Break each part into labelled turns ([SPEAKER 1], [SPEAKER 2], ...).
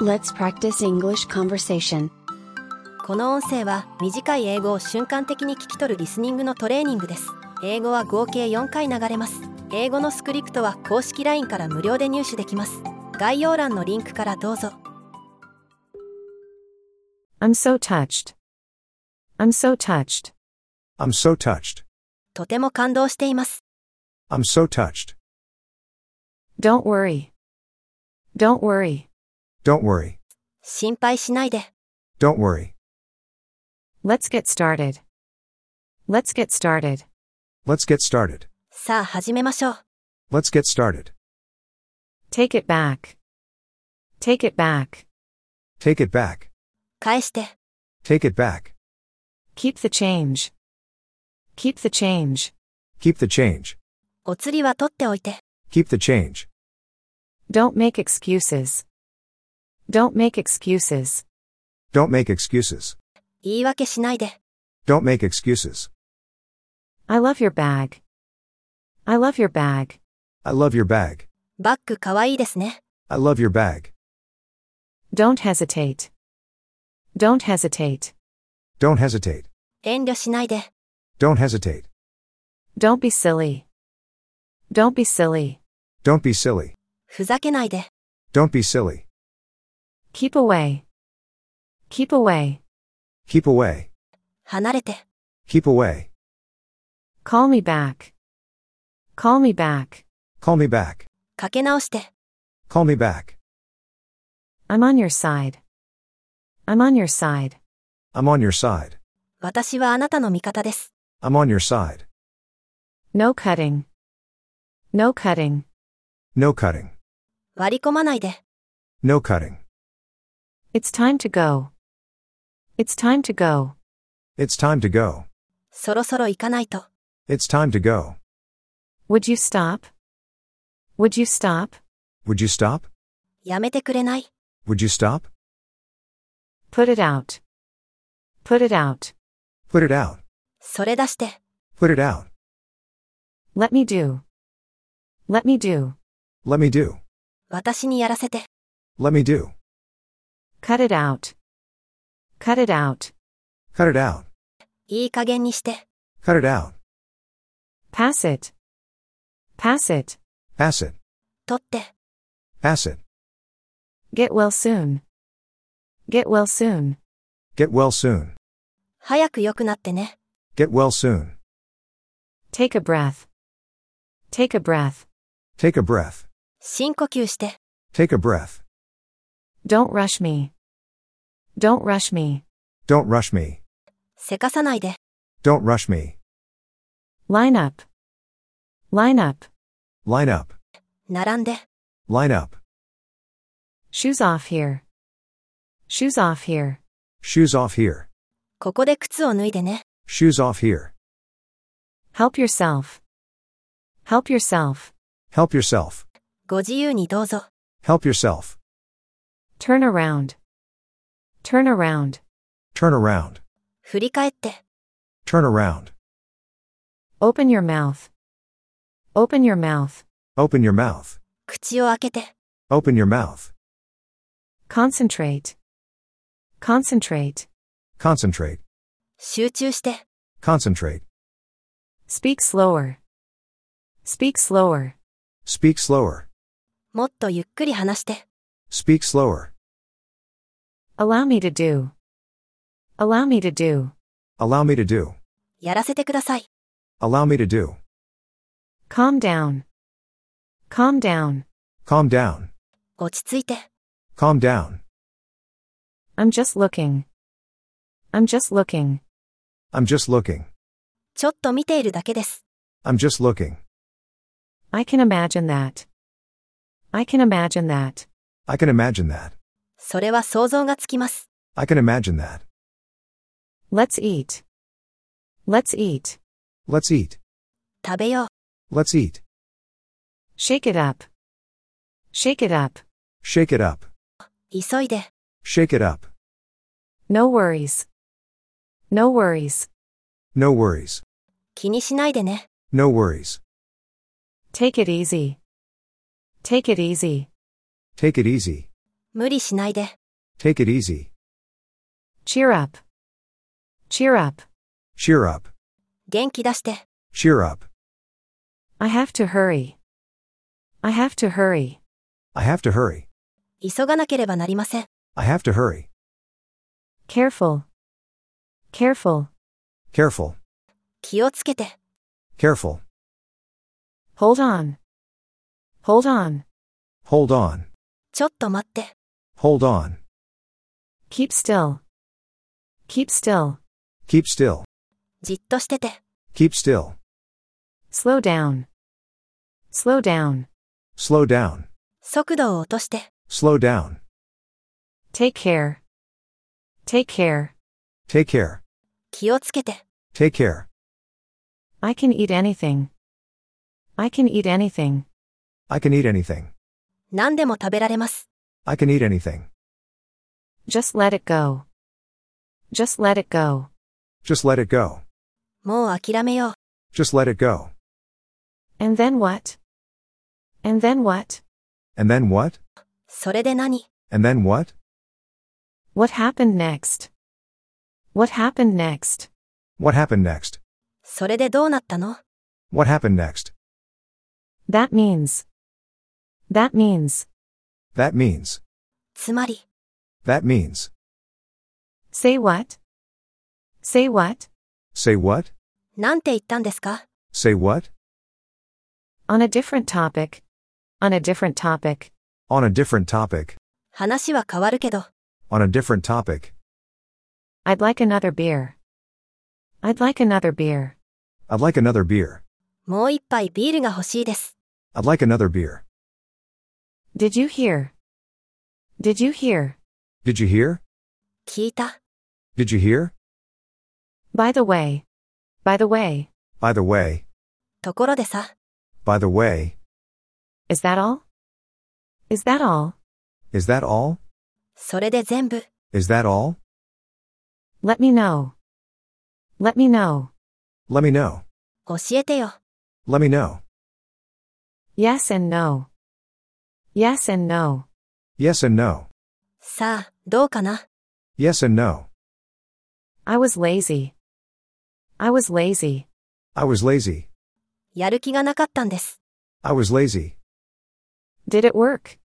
[SPEAKER 1] Let's practice English conversation.
[SPEAKER 2] この音声は短い英語を瞬間的に聞き取るリスニングのトレーニングです英語は合計4回流れます英語のスクリプトは公式 LINE から無料で入手できます概要欄のリンクからどうぞ
[SPEAKER 3] I'm so touched. I'm so touched.
[SPEAKER 4] I'm so touched.
[SPEAKER 2] とても感動しています
[SPEAKER 4] I'm so touched.
[SPEAKER 3] Don't worry. Don't worry.
[SPEAKER 4] Don't worry.
[SPEAKER 2] 心配しないで
[SPEAKER 4] Don't worry.
[SPEAKER 3] Let's get started. Let's get started.
[SPEAKER 4] Let's get started.
[SPEAKER 2] さあ始めましょう
[SPEAKER 4] Let's get started.
[SPEAKER 3] Take it back. Take it back.
[SPEAKER 4] Take it back.
[SPEAKER 2] 返して
[SPEAKER 4] Take it back.
[SPEAKER 3] Keep the change. Keep the change.
[SPEAKER 4] Keep the change.
[SPEAKER 2] お釣りは取っておいて
[SPEAKER 4] Keep the change.
[SPEAKER 3] Don't make excuses. Don't make excuses.
[SPEAKER 4] Don't make excuses.
[SPEAKER 2] 言い訳しないで
[SPEAKER 4] Don't make excuses.
[SPEAKER 3] I love your bag. I love your bag.
[SPEAKER 4] I love your bag.
[SPEAKER 2] バッグかわいいですね
[SPEAKER 4] I love your bag.
[SPEAKER 3] Don't hesitate. Don't hesitate.
[SPEAKER 4] Don't hesitate.
[SPEAKER 2] 遠慮しないで
[SPEAKER 4] Don't hesitate.
[SPEAKER 3] Don't be silly. Don't be silly.
[SPEAKER 4] Don't be silly.
[SPEAKER 2] ふざけないで
[SPEAKER 4] Don't be silly.
[SPEAKER 3] Keep away. Keep away.
[SPEAKER 4] Keep away.
[SPEAKER 2] 離れて
[SPEAKER 4] Keep away.
[SPEAKER 3] Call me back. Call me back.
[SPEAKER 4] Call me back.
[SPEAKER 2] かけ直して
[SPEAKER 4] Call me back.
[SPEAKER 3] I'm on your side. I'm on your side.
[SPEAKER 4] I'm on your side.
[SPEAKER 2] 私はあなたの味方です
[SPEAKER 4] I'm on your side.
[SPEAKER 3] No cutting. No cutting.
[SPEAKER 4] No cutting.
[SPEAKER 2] 割り込まないで
[SPEAKER 4] No cutting.
[SPEAKER 3] It's time to go. It's time to go.
[SPEAKER 4] It's time to go.
[SPEAKER 2] そろそろ行かないと
[SPEAKER 4] It's time to go.
[SPEAKER 3] Would you stop? Would you stop?
[SPEAKER 4] Would you stop?
[SPEAKER 2] やめてくれない
[SPEAKER 4] Would you stop?
[SPEAKER 3] Put it out. Put it out.
[SPEAKER 4] Put it out.
[SPEAKER 2] それ出して
[SPEAKER 4] Put it out.
[SPEAKER 3] Let me do. Let me do.
[SPEAKER 4] Let me do.
[SPEAKER 2] 私にやらせて
[SPEAKER 4] Let me do.
[SPEAKER 3] Cut it out. Cut it out.
[SPEAKER 4] Cut it out.
[SPEAKER 2] いい加減にして
[SPEAKER 4] Cut it out.
[SPEAKER 3] Pass it. Pass it.
[SPEAKER 4] Pass it.
[SPEAKER 2] 取って
[SPEAKER 4] Pass it.
[SPEAKER 3] Get well soon. Get well soon.
[SPEAKER 4] Get well soon.
[SPEAKER 2] 早く良くなってね
[SPEAKER 4] Get well soon.
[SPEAKER 3] Take a breath. Take a breath.
[SPEAKER 4] Take a breath.
[SPEAKER 2] 深呼吸して
[SPEAKER 4] Take a breath.
[SPEAKER 3] Don't rush me. Don't rush me.
[SPEAKER 4] Don't rush me.
[SPEAKER 2] せかさないで
[SPEAKER 4] Don't rush me.
[SPEAKER 3] Line up. Line up.
[SPEAKER 4] Line up.
[SPEAKER 2] 並んで
[SPEAKER 4] Line up.
[SPEAKER 3] Shoes off here. Shoes off here.
[SPEAKER 4] Shoes off here.
[SPEAKER 2] ここで靴を脱いでね
[SPEAKER 4] Shoes off here.
[SPEAKER 3] Help yourself. Help yourself.
[SPEAKER 4] Help yourself.
[SPEAKER 2] ご自由にどうぞ
[SPEAKER 4] Help yourself.
[SPEAKER 3] Turn around. Turn around.
[SPEAKER 4] Turn around.
[SPEAKER 2] 振り返って
[SPEAKER 4] Turn around.
[SPEAKER 3] Open your mouth. Open your mouth.
[SPEAKER 4] Open your mouth.
[SPEAKER 2] 口を開けて
[SPEAKER 4] Open your mouth.
[SPEAKER 3] Concentrate. Concentrate.
[SPEAKER 4] Concentrate.
[SPEAKER 2] 集中して
[SPEAKER 4] Concentrate.
[SPEAKER 3] Speak slower. Speak slower.
[SPEAKER 4] Speak slower.
[SPEAKER 2] もっとゆっくり話して
[SPEAKER 4] Speak slower.
[SPEAKER 3] Allow me to do. Allow me to do.
[SPEAKER 4] Allow me to do.
[SPEAKER 2] やらせてください
[SPEAKER 4] Allow me to do.
[SPEAKER 3] Calm down. Calm down.
[SPEAKER 4] Calm down.
[SPEAKER 2] 落ち着いて
[SPEAKER 4] Calm down.
[SPEAKER 3] I'm just looking. I'm just looking.
[SPEAKER 4] I'm just looking.
[SPEAKER 2] ちょっと見ているだけです
[SPEAKER 4] I'm just looking.
[SPEAKER 3] I can imagine that. I can imagine that.
[SPEAKER 4] I can imagine that.
[SPEAKER 2] それは想像がつきます
[SPEAKER 4] I can imagine that.
[SPEAKER 3] Let's eat. Let's eat.
[SPEAKER 4] Let's eat.
[SPEAKER 2] 食べよう
[SPEAKER 4] Let's eat.
[SPEAKER 3] Shake it up. Shake it up.
[SPEAKER 4] Shake it up.
[SPEAKER 2] 急いで
[SPEAKER 4] Shake it up.
[SPEAKER 3] No worries. No worries.
[SPEAKER 4] No worries.
[SPEAKER 2] 気にしないでね
[SPEAKER 4] No worries.
[SPEAKER 3] Take it easy. Take it easy.
[SPEAKER 4] Take it easy.
[SPEAKER 2] 無理しないで。
[SPEAKER 4] Take it easy.
[SPEAKER 3] Cheer up. Cheer up.
[SPEAKER 4] Cheer up.
[SPEAKER 2] 元気出して。
[SPEAKER 4] Cheer up.
[SPEAKER 3] I have to hurry. I have to hurry.
[SPEAKER 4] I have to hurry.
[SPEAKER 2] 急がなければなりません。
[SPEAKER 4] I have to hurry.
[SPEAKER 3] Careful. Careful.
[SPEAKER 4] Careful.
[SPEAKER 2] 気をつけて。
[SPEAKER 4] Careful.
[SPEAKER 3] Hold on. Hold on.
[SPEAKER 4] Hold on.
[SPEAKER 2] ちょっと待って。
[SPEAKER 4] Hold on.
[SPEAKER 3] Keep still. Keep still.
[SPEAKER 4] Keep still.
[SPEAKER 2] じっとしてて。
[SPEAKER 4] Keep still.
[SPEAKER 3] Slow down. Slow down.
[SPEAKER 4] Slow down.
[SPEAKER 2] 速度を落として。
[SPEAKER 4] Slow down.
[SPEAKER 3] Take care. Take care.
[SPEAKER 4] Take care.
[SPEAKER 2] 気をつけて。
[SPEAKER 4] Take care.
[SPEAKER 3] I can eat anything. I can eat anything.
[SPEAKER 4] I can eat anything.
[SPEAKER 2] 何でも食べられます。
[SPEAKER 4] I can eat anything.
[SPEAKER 3] Just let it go. Just let it go.
[SPEAKER 4] Just let it go.
[SPEAKER 2] もう諦めよう。
[SPEAKER 4] Just let it go.
[SPEAKER 3] And then what? And then what?
[SPEAKER 4] And then what?
[SPEAKER 2] それで何
[SPEAKER 4] And then what?
[SPEAKER 3] What happened next? What happened next?
[SPEAKER 4] What happened next?
[SPEAKER 2] それでどうなったの
[SPEAKER 4] What happened next?
[SPEAKER 3] That means. That means.
[SPEAKER 4] That means.
[SPEAKER 2] つまり、
[SPEAKER 4] That means.
[SPEAKER 3] Say what? Say what?
[SPEAKER 4] Say what?
[SPEAKER 2] なんて言ったんですか
[SPEAKER 4] Say what?
[SPEAKER 3] On a different topic. On a different topic.
[SPEAKER 4] On a different topic.
[SPEAKER 2] 話は変わるけど、
[SPEAKER 4] On a different topic.
[SPEAKER 3] I'd like another beer. I'd like another beer.
[SPEAKER 4] I'd like another beer.
[SPEAKER 2] もう一杯ビールが欲しいです。
[SPEAKER 4] I'd like another beer.
[SPEAKER 3] Did you hear? Did you hear?
[SPEAKER 4] Did you hear?
[SPEAKER 2] 聞いた。
[SPEAKER 4] Did you hear?
[SPEAKER 3] By the way. By the way.
[SPEAKER 4] By the way.
[SPEAKER 2] ところでさ、
[SPEAKER 4] By the way.
[SPEAKER 3] Is that all? Is that all?
[SPEAKER 4] Is that all?
[SPEAKER 2] それで全部、
[SPEAKER 4] Is that all?
[SPEAKER 3] Let me know. Let me know.
[SPEAKER 4] Let me know.
[SPEAKER 2] 教えてよ。
[SPEAKER 4] Let me know.
[SPEAKER 3] Yes and no. Yes and no.
[SPEAKER 4] Yes and no.
[SPEAKER 2] さあ、どうかな
[SPEAKER 4] Yes and no.
[SPEAKER 3] I was lazy. I was lazy.
[SPEAKER 4] I was lazy.
[SPEAKER 2] やる気がなかったんです。
[SPEAKER 4] I was lazy.
[SPEAKER 3] Did it work?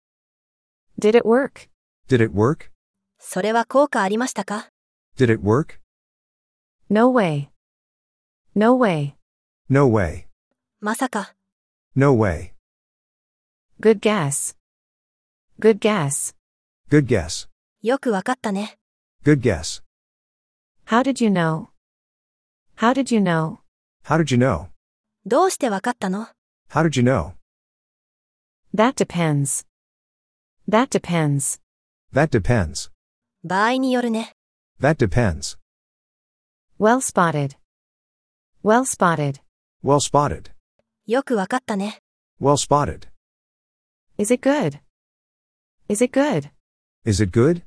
[SPEAKER 3] Did it work?
[SPEAKER 4] Did it work?
[SPEAKER 2] それは効果ありましたか
[SPEAKER 4] Did it work?
[SPEAKER 3] No way. No way.
[SPEAKER 4] No way.
[SPEAKER 2] まさか、
[SPEAKER 4] No way.
[SPEAKER 3] Good guess. Good guess.
[SPEAKER 4] Good guess.
[SPEAKER 2] よくわかったね。
[SPEAKER 4] Good guess.
[SPEAKER 3] How did you know? How did you know?
[SPEAKER 4] How did you know?
[SPEAKER 2] どうしてわかったの
[SPEAKER 4] How did you know?
[SPEAKER 3] That depends. That depends.
[SPEAKER 4] That depends.
[SPEAKER 2] 場合によるね。
[SPEAKER 4] That depends.
[SPEAKER 3] Well spotted. Well spotted.
[SPEAKER 4] Well spotted.
[SPEAKER 2] よくわかったね。
[SPEAKER 4] Well spotted.
[SPEAKER 3] Is it good? Is it good?
[SPEAKER 4] Is it good?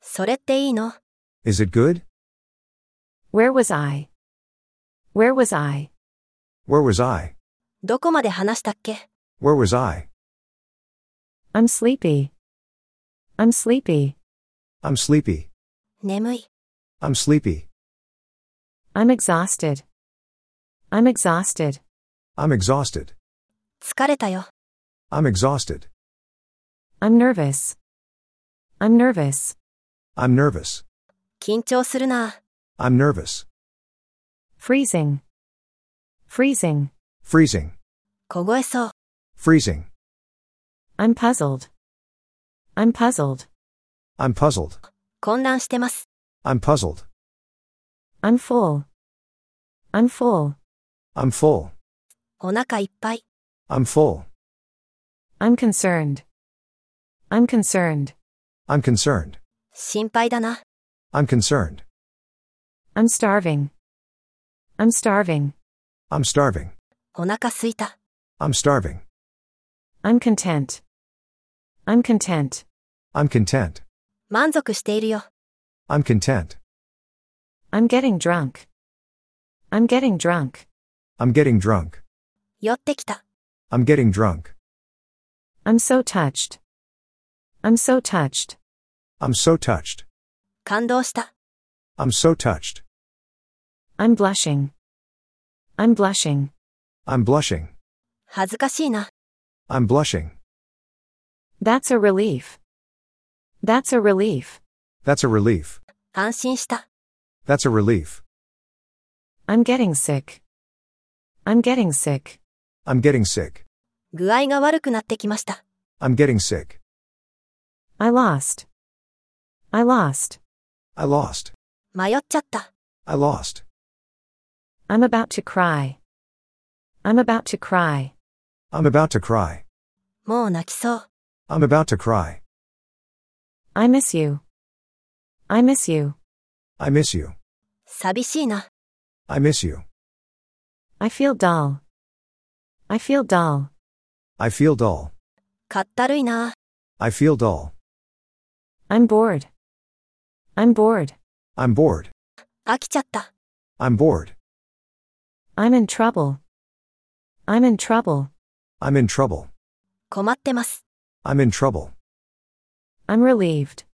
[SPEAKER 2] それっていいの
[SPEAKER 4] Is it good?
[SPEAKER 3] Where was I? Where was I?
[SPEAKER 4] Where was I?
[SPEAKER 2] どこまで話したっけ
[SPEAKER 4] Where was I?
[SPEAKER 3] I'm sleepy. I'm sleepy.
[SPEAKER 4] I'm sleepy.
[SPEAKER 2] 眠い。
[SPEAKER 4] I'm sleepy.
[SPEAKER 3] I'm exhausted. I'm exhausted.
[SPEAKER 4] I'm exhausted.
[SPEAKER 2] 疲れたよ。
[SPEAKER 4] I'm exhausted.
[SPEAKER 3] I'm nervous. I'm nervous.
[SPEAKER 4] I'm nervous.
[SPEAKER 2] 緊張するな。
[SPEAKER 4] I'm nervous.
[SPEAKER 3] Freezing. Freezing.
[SPEAKER 4] Freezing.
[SPEAKER 2] 凍えそう。
[SPEAKER 4] Freezing.
[SPEAKER 3] I'm puzzled. I'm puzzled.
[SPEAKER 4] I'm puzzled.
[SPEAKER 2] 混乱してます。
[SPEAKER 4] I'm puzzled.
[SPEAKER 3] I'm full. I'm full.
[SPEAKER 4] I'm full.
[SPEAKER 2] お腹いっぱい。
[SPEAKER 4] I'm full.
[SPEAKER 3] I'm concerned. I'm concerned.
[SPEAKER 4] I'm concerned.
[SPEAKER 2] 心配だな。
[SPEAKER 4] I'm concerned.
[SPEAKER 3] I'm starving. I'm starving.
[SPEAKER 4] I'm starving.
[SPEAKER 2] お腹すいた。
[SPEAKER 4] I'm starving.
[SPEAKER 3] I'm content. I'm content.
[SPEAKER 4] I'm content.
[SPEAKER 2] 満足しているよ。
[SPEAKER 4] I'm content.
[SPEAKER 3] I'm getting drunk. I'm getting drunk.
[SPEAKER 4] I'm getting drunk.
[SPEAKER 2] 寄ってきた。
[SPEAKER 4] I'm getting drunk.
[SPEAKER 3] I'm so touched. I'm so touched.
[SPEAKER 4] I'm so touched.
[SPEAKER 2] 感動した。
[SPEAKER 4] I'm so touched.
[SPEAKER 3] I'm blushing. I'm blushing.
[SPEAKER 4] I'm blushing.
[SPEAKER 2] 恥ずかしいな。
[SPEAKER 4] I'm blushing.
[SPEAKER 3] That's a relief. That's a relief.
[SPEAKER 4] That's a relief.
[SPEAKER 2] 安心した。
[SPEAKER 4] That's a relief.
[SPEAKER 3] I'm getting sick. I'm getting sick.
[SPEAKER 4] I'm getting sick.
[SPEAKER 2] 具合が悪くなってきました。
[SPEAKER 4] I'm getting sick.
[SPEAKER 3] I lost. I lost.
[SPEAKER 4] I lost.
[SPEAKER 2] 迷っちゃった。
[SPEAKER 4] I lost.
[SPEAKER 3] I'm about to cry. I'm about to cry.
[SPEAKER 4] I'm about to cry.
[SPEAKER 2] もう泣きそう。
[SPEAKER 4] I'm about to cry.
[SPEAKER 3] I miss you. I miss you.
[SPEAKER 4] I miss you.
[SPEAKER 2] 寂しいな。
[SPEAKER 4] I miss you.
[SPEAKER 3] I feel dull. I feel dull.
[SPEAKER 4] I feel dull.
[SPEAKER 2] かったるいな。
[SPEAKER 4] I feel dull.
[SPEAKER 3] I'm bored. I'm bored.
[SPEAKER 4] I'm bored.
[SPEAKER 2] 飽きちゃった。
[SPEAKER 4] I'm bored.
[SPEAKER 3] I'm in trouble. I'm in trouble.
[SPEAKER 4] I'm in trouble.
[SPEAKER 2] 困ってます。
[SPEAKER 4] I'm in trouble.
[SPEAKER 3] I'm relieved.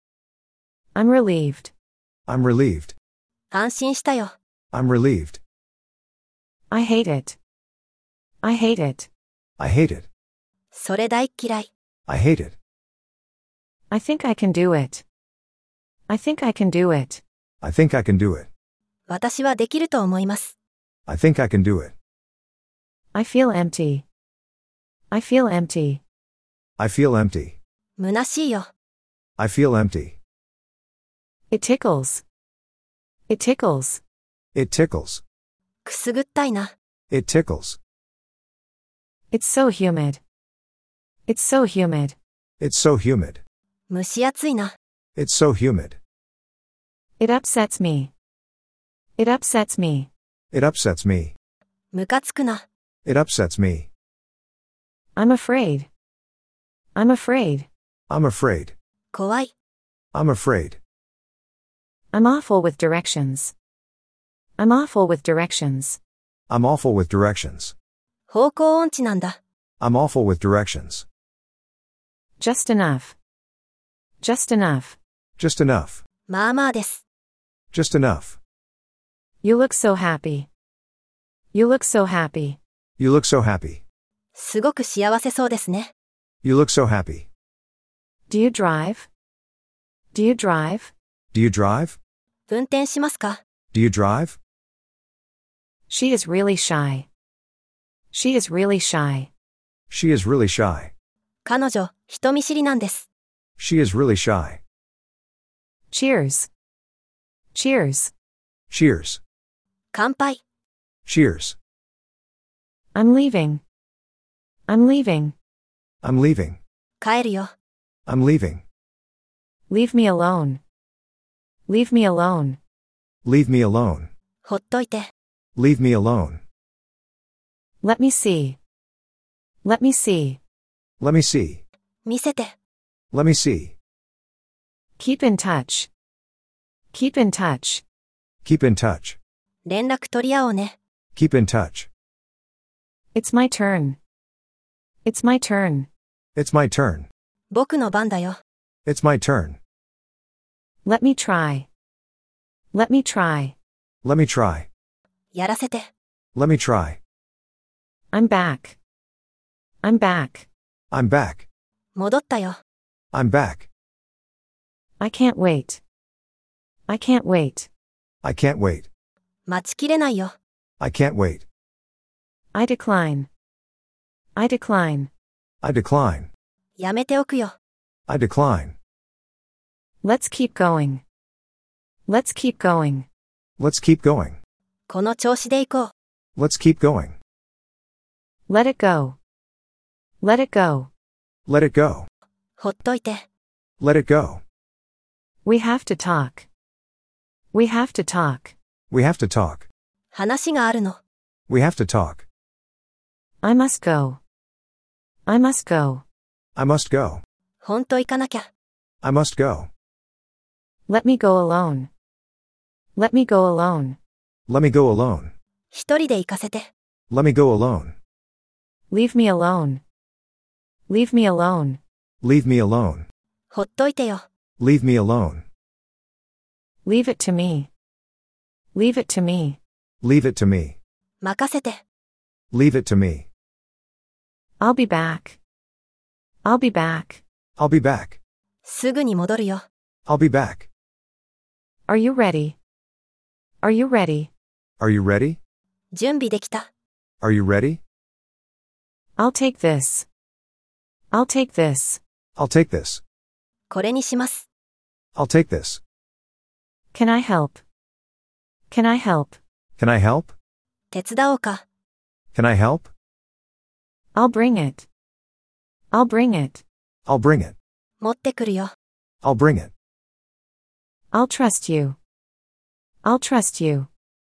[SPEAKER 3] I'm relieved.
[SPEAKER 4] I'm relieved.
[SPEAKER 2] 安心したよ。
[SPEAKER 4] I'm relieved.
[SPEAKER 3] I hate it. I hate it.
[SPEAKER 4] I hate it.
[SPEAKER 2] それ大っ嫌い。
[SPEAKER 4] I hate it.
[SPEAKER 3] I think I can do it. I think I can do it.
[SPEAKER 4] I think I can do it.
[SPEAKER 2] 私はできると思います。
[SPEAKER 4] I think I can do it.
[SPEAKER 3] I feel empty. I feel empty.
[SPEAKER 4] I feel empty.
[SPEAKER 2] 虚しいよ。
[SPEAKER 4] I feel empty.
[SPEAKER 3] It tickles. It tickles.
[SPEAKER 4] It tickles.
[SPEAKER 2] くすぐったいな。
[SPEAKER 4] It tickles.
[SPEAKER 3] It's so humid. It's so humid.
[SPEAKER 4] It's so humid.
[SPEAKER 2] 蒸し暑いな。
[SPEAKER 4] It's so humid.
[SPEAKER 3] It upsets me. It upsets me.
[SPEAKER 4] It upsets me.
[SPEAKER 2] ムカつくな。
[SPEAKER 4] It upsets me.
[SPEAKER 3] I'm afraid. I'm afraid.
[SPEAKER 4] I'm afraid.
[SPEAKER 2] 怖い。
[SPEAKER 4] I'm afraid.
[SPEAKER 3] I'm awful with directions. I'm awful with directions.
[SPEAKER 4] I'm awful with directions.
[SPEAKER 2] 方向音痴なんだ。
[SPEAKER 4] I'm awful with directions.
[SPEAKER 3] Just enough. Just enough.
[SPEAKER 4] Just enough.
[SPEAKER 2] まあまあです。
[SPEAKER 4] Just enough.
[SPEAKER 3] You look so happy. You look so happy.
[SPEAKER 4] You look so happy.
[SPEAKER 2] すごく幸せそうですね。
[SPEAKER 4] You look so happy.
[SPEAKER 3] Do you drive? Do you drive?
[SPEAKER 4] Do you drive?
[SPEAKER 2] 運転しますか
[SPEAKER 4] Do you drive?
[SPEAKER 3] She is really shy. She is really shy.
[SPEAKER 4] She is really shy.
[SPEAKER 2] 彼女、人見知りなんです。
[SPEAKER 4] She is really shy.
[SPEAKER 3] Cheers. Cheers.
[SPEAKER 4] Cheers.
[SPEAKER 2] 乾杯。
[SPEAKER 4] Cheers.
[SPEAKER 3] I'm leaving. I'm leaving.
[SPEAKER 4] I'm leaving.
[SPEAKER 2] 帰るよ。
[SPEAKER 4] I'm leaving.
[SPEAKER 3] Leave me alone. Leave me alone.
[SPEAKER 4] Leave me alone.
[SPEAKER 2] ほっといて。
[SPEAKER 4] Leave me alone.
[SPEAKER 3] Let me see. Let me see.
[SPEAKER 4] Let me see.
[SPEAKER 2] 見せて。
[SPEAKER 4] Let me see.
[SPEAKER 3] Keep in touch. Keep in touch.
[SPEAKER 4] Keep in touch.
[SPEAKER 2] 連絡取り合おうね。
[SPEAKER 4] Keep in touch.
[SPEAKER 3] It's my turn. It's my turn.
[SPEAKER 4] It's my turn.
[SPEAKER 2] 僕の番だよ。
[SPEAKER 4] It's my turn.
[SPEAKER 3] Let me try. Let me try.
[SPEAKER 4] Let me try.
[SPEAKER 2] やらせて。
[SPEAKER 4] Let me try.
[SPEAKER 3] I'm back. I'm back.
[SPEAKER 4] I'm back.
[SPEAKER 2] 戻ったよ。
[SPEAKER 4] I'm back.
[SPEAKER 3] I can't wait. I can't wait.
[SPEAKER 4] I can't wait.
[SPEAKER 2] 待ちきれないよ。
[SPEAKER 4] I can't wait.
[SPEAKER 3] I decline. I decline.
[SPEAKER 4] I decline.
[SPEAKER 2] やめておくよ。
[SPEAKER 4] I decline.
[SPEAKER 3] Let's keep going. Let's keep going.
[SPEAKER 4] Let's keep going.
[SPEAKER 2] この調子で行こう。
[SPEAKER 4] Let's keep going.
[SPEAKER 3] Let it go. Let it go.
[SPEAKER 4] Let it go.
[SPEAKER 2] ほっといて。
[SPEAKER 4] Let it go.
[SPEAKER 3] We have to talk. We have to talk.
[SPEAKER 4] We have to talk.
[SPEAKER 2] 話があるの。
[SPEAKER 4] We have to talk.
[SPEAKER 3] I must go. I must go.
[SPEAKER 4] I must go.
[SPEAKER 2] ほんと行かなきゃ。
[SPEAKER 4] I must go.
[SPEAKER 3] Let me go alone. Let me go alone.
[SPEAKER 4] Let me go alone.
[SPEAKER 2] 一人で行かせて。
[SPEAKER 4] Let me go alone.
[SPEAKER 3] Leave me alone. Leave me alone.
[SPEAKER 4] Leave me alone.
[SPEAKER 2] ほほっといてよ。
[SPEAKER 4] Leave me alone.
[SPEAKER 3] Leave it to me. Leave it to me.
[SPEAKER 4] Leave it to me.
[SPEAKER 2] 任せて。
[SPEAKER 4] Leave it to me.
[SPEAKER 3] I'll be back. I'll be back.
[SPEAKER 4] I'll be back.
[SPEAKER 2] すぐに戻るよ。
[SPEAKER 4] I'll be back.
[SPEAKER 3] Are you ready? Are you ready?
[SPEAKER 4] Are you ready?
[SPEAKER 2] 準備できた。
[SPEAKER 4] Are you ready?
[SPEAKER 3] I'll take this. I'll take this.
[SPEAKER 4] I'll take this.
[SPEAKER 2] これにします。
[SPEAKER 4] I'll take this.
[SPEAKER 3] Can I help? Can I help?
[SPEAKER 4] Can I help?
[SPEAKER 2] 手伝おうか。
[SPEAKER 4] Can I help?
[SPEAKER 3] I'll bring it. I'll bring it.
[SPEAKER 4] I'll bring it.
[SPEAKER 2] 持ってくるよ。
[SPEAKER 4] I'll bring it.
[SPEAKER 3] I'll trust you. I'll trust you.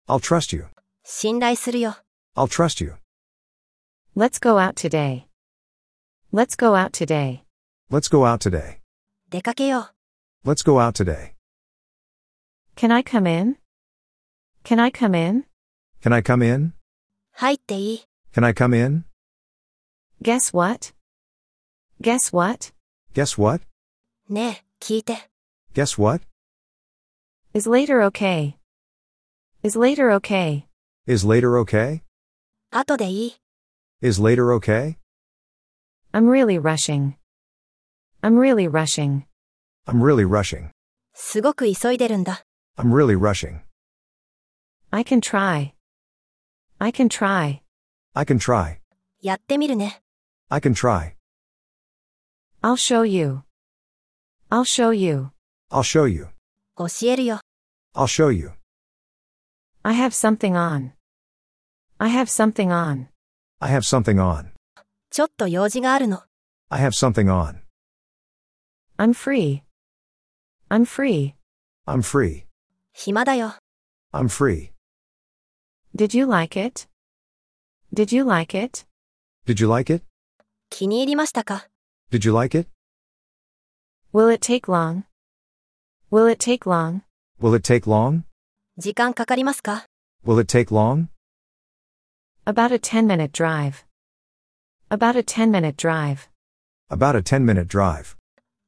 [SPEAKER 4] I'll trust you.
[SPEAKER 2] 信頼するよ。
[SPEAKER 4] I'll trust you.
[SPEAKER 3] Let's go out today. Let's go out today.
[SPEAKER 4] Let's go out today.
[SPEAKER 2] 出かけよう。
[SPEAKER 4] Let's go out today.
[SPEAKER 3] Can I come in? Can I come in?
[SPEAKER 4] Can I come in?
[SPEAKER 2] 入っていい。
[SPEAKER 4] Can I come in?
[SPEAKER 3] Guess what? Guess what?
[SPEAKER 4] Guess what?
[SPEAKER 2] ねえ、聞いて。
[SPEAKER 4] Guess what?
[SPEAKER 3] Is later okay? Is later okay?
[SPEAKER 4] Is later okay?
[SPEAKER 2] 後でいい。
[SPEAKER 4] Is later okay?
[SPEAKER 3] I'm really rushing. I'm really rushing.
[SPEAKER 4] I'm really rushing.
[SPEAKER 2] すごく急いでるんだ。
[SPEAKER 4] I'm really rushing.
[SPEAKER 3] I can try. I can try.
[SPEAKER 4] I can try.
[SPEAKER 2] やってみるね。
[SPEAKER 4] I can try.
[SPEAKER 3] I'll show you. I'll show you.
[SPEAKER 4] I'll show you.
[SPEAKER 2] 教えるよ。
[SPEAKER 4] I'll show you.
[SPEAKER 3] I have something on. I have something on.
[SPEAKER 4] I have something on.
[SPEAKER 2] ちょっと用事があるの。
[SPEAKER 4] I have something on.
[SPEAKER 3] I'm free. I'm free.
[SPEAKER 4] I'm free.
[SPEAKER 2] 暇だよ。
[SPEAKER 4] I'm free.
[SPEAKER 3] Did you like it? Did you like it?
[SPEAKER 4] Did you like it?
[SPEAKER 2] 気に入りましたか
[SPEAKER 4] Did you like it?
[SPEAKER 3] Will it take long? Will it take long?
[SPEAKER 4] Will it take long?
[SPEAKER 2] 時間かかりますか
[SPEAKER 4] Will it take long?
[SPEAKER 3] About a 10 minute drive. About a 10 minute drive.
[SPEAKER 4] About a 10 minute drive.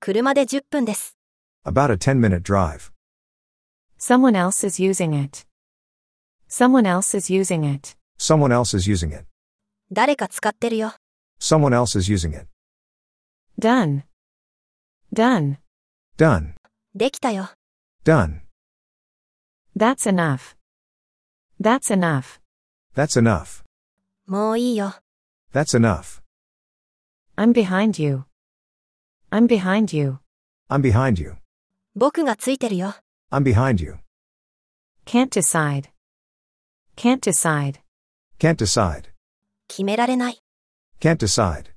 [SPEAKER 2] 車で10分です。
[SPEAKER 4] About a 10 minute drive.
[SPEAKER 3] Someone else is using it. Someone else is using it.
[SPEAKER 4] Someone else is using it.
[SPEAKER 2] 誰か使ってるよ。
[SPEAKER 4] Someone else is using it.
[SPEAKER 3] Done. Done.
[SPEAKER 4] Done.
[SPEAKER 2] できたよ。
[SPEAKER 4] Done.
[SPEAKER 3] That's enough. That's enough.
[SPEAKER 4] That's enough.
[SPEAKER 2] もういいよ。
[SPEAKER 4] That's enough.
[SPEAKER 3] I'm behind you. I'm behind you.
[SPEAKER 4] I'm behind you.
[SPEAKER 2] 僕がついてるよ。
[SPEAKER 4] I'm behind you.
[SPEAKER 3] Can't decide. Can't decide.
[SPEAKER 4] Can't decide.
[SPEAKER 2] 決められない。
[SPEAKER 4] Can't decide.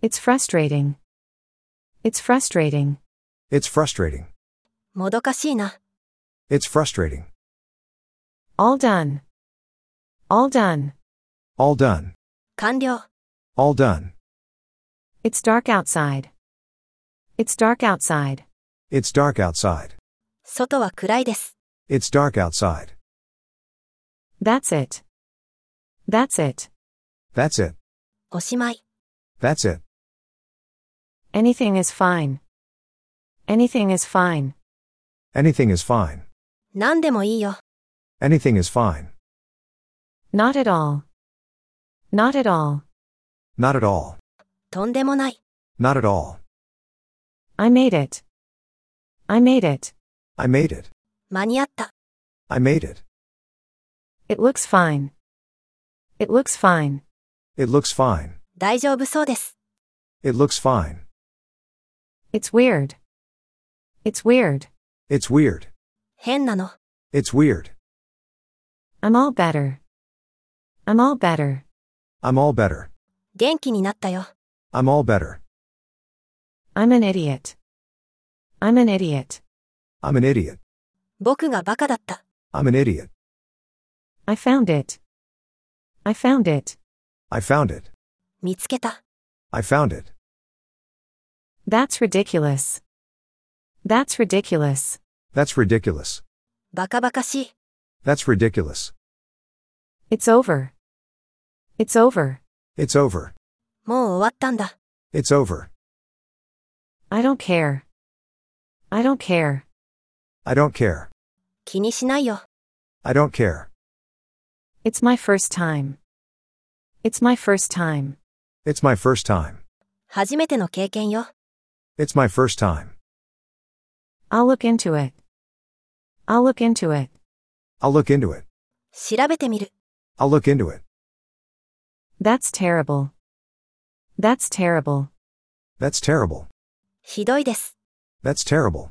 [SPEAKER 3] It's frustrating. It's frustrating.
[SPEAKER 4] It's frustrating.
[SPEAKER 2] もどかしいな。
[SPEAKER 4] It's frustrating.
[SPEAKER 3] All done. All done.
[SPEAKER 4] All done.
[SPEAKER 2] 完了。
[SPEAKER 4] All done.
[SPEAKER 3] It's dark outside. It's dark outside.
[SPEAKER 4] It's dark outside.
[SPEAKER 2] 外は暗いです。
[SPEAKER 4] It's dark outside.
[SPEAKER 3] That's it. That's it.
[SPEAKER 4] That's it.
[SPEAKER 2] おしまい。
[SPEAKER 4] That's it.
[SPEAKER 3] Anything is fine. Anything is fine.
[SPEAKER 4] Anything is fine.
[SPEAKER 2] 何でもいいよ。
[SPEAKER 4] Anything is fine.
[SPEAKER 3] Not at all. Not at all.
[SPEAKER 4] Not at all.
[SPEAKER 2] とんでもない。
[SPEAKER 4] Not at all.
[SPEAKER 3] I made it. I made it.
[SPEAKER 4] I made it.
[SPEAKER 2] 間に合った。
[SPEAKER 4] I made it.
[SPEAKER 3] It looks fine. It looks fine.
[SPEAKER 4] It looks fine.
[SPEAKER 2] 大丈夫そうです。
[SPEAKER 4] It looks fine.
[SPEAKER 3] It's weird. It's weird.
[SPEAKER 4] It's weird.
[SPEAKER 2] 変なの。
[SPEAKER 4] It's weird.
[SPEAKER 3] I'm all better. I'm all better.
[SPEAKER 4] I'm all better.
[SPEAKER 2] 元気になったよ。
[SPEAKER 4] I'm all better.
[SPEAKER 3] I'm an idiot. I'm an idiot.
[SPEAKER 4] I'm an idiot.
[SPEAKER 2] 僕がバカだった。
[SPEAKER 4] I'm an idiot.
[SPEAKER 3] I found it. I found it.
[SPEAKER 4] I found it.
[SPEAKER 2] 見つけた。
[SPEAKER 4] I found it.
[SPEAKER 3] That's ridiculous. That's ridiculous.
[SPEAKER 4] That's ridiculous.
[SPEAKER 2] バカバカしい。
[SPEAKER 4] That's ridiculous.
[SPEAKER 3] It's over. It's over.
[SPEAKER 4] It's over.
[SPEAKER 2] もう終わったんだ。
[SPEAKER 4] It's over.
[SPEAKER 3] I don't care. I don't care.
[SPEAKER 4] I don't care.
[SPEAKER 2] 気にしないよ。
[SPEAKER 4] I don't care.
[SPEAKER 3] It's my first time. It's my first time.
[SPEAKER 4] It's my first time.
[SPEAKER 2] 初めての経験よ。
[SPEAKER 4] It's my first time.
[SPEAKER 3] I'll look into it. I'll look into it.
[SPEAKER 4] I'll look into it.
[SPEAKER 2] 調べてみる。
[SPEAKER 4] I'll look into it.
[SPEAKER 3] That's terrible. That's terrible.
[SPEAKER 4] That's terrible.
[SPEAKER 2] ひどいです。
[SPEAKER 4] That's terrible.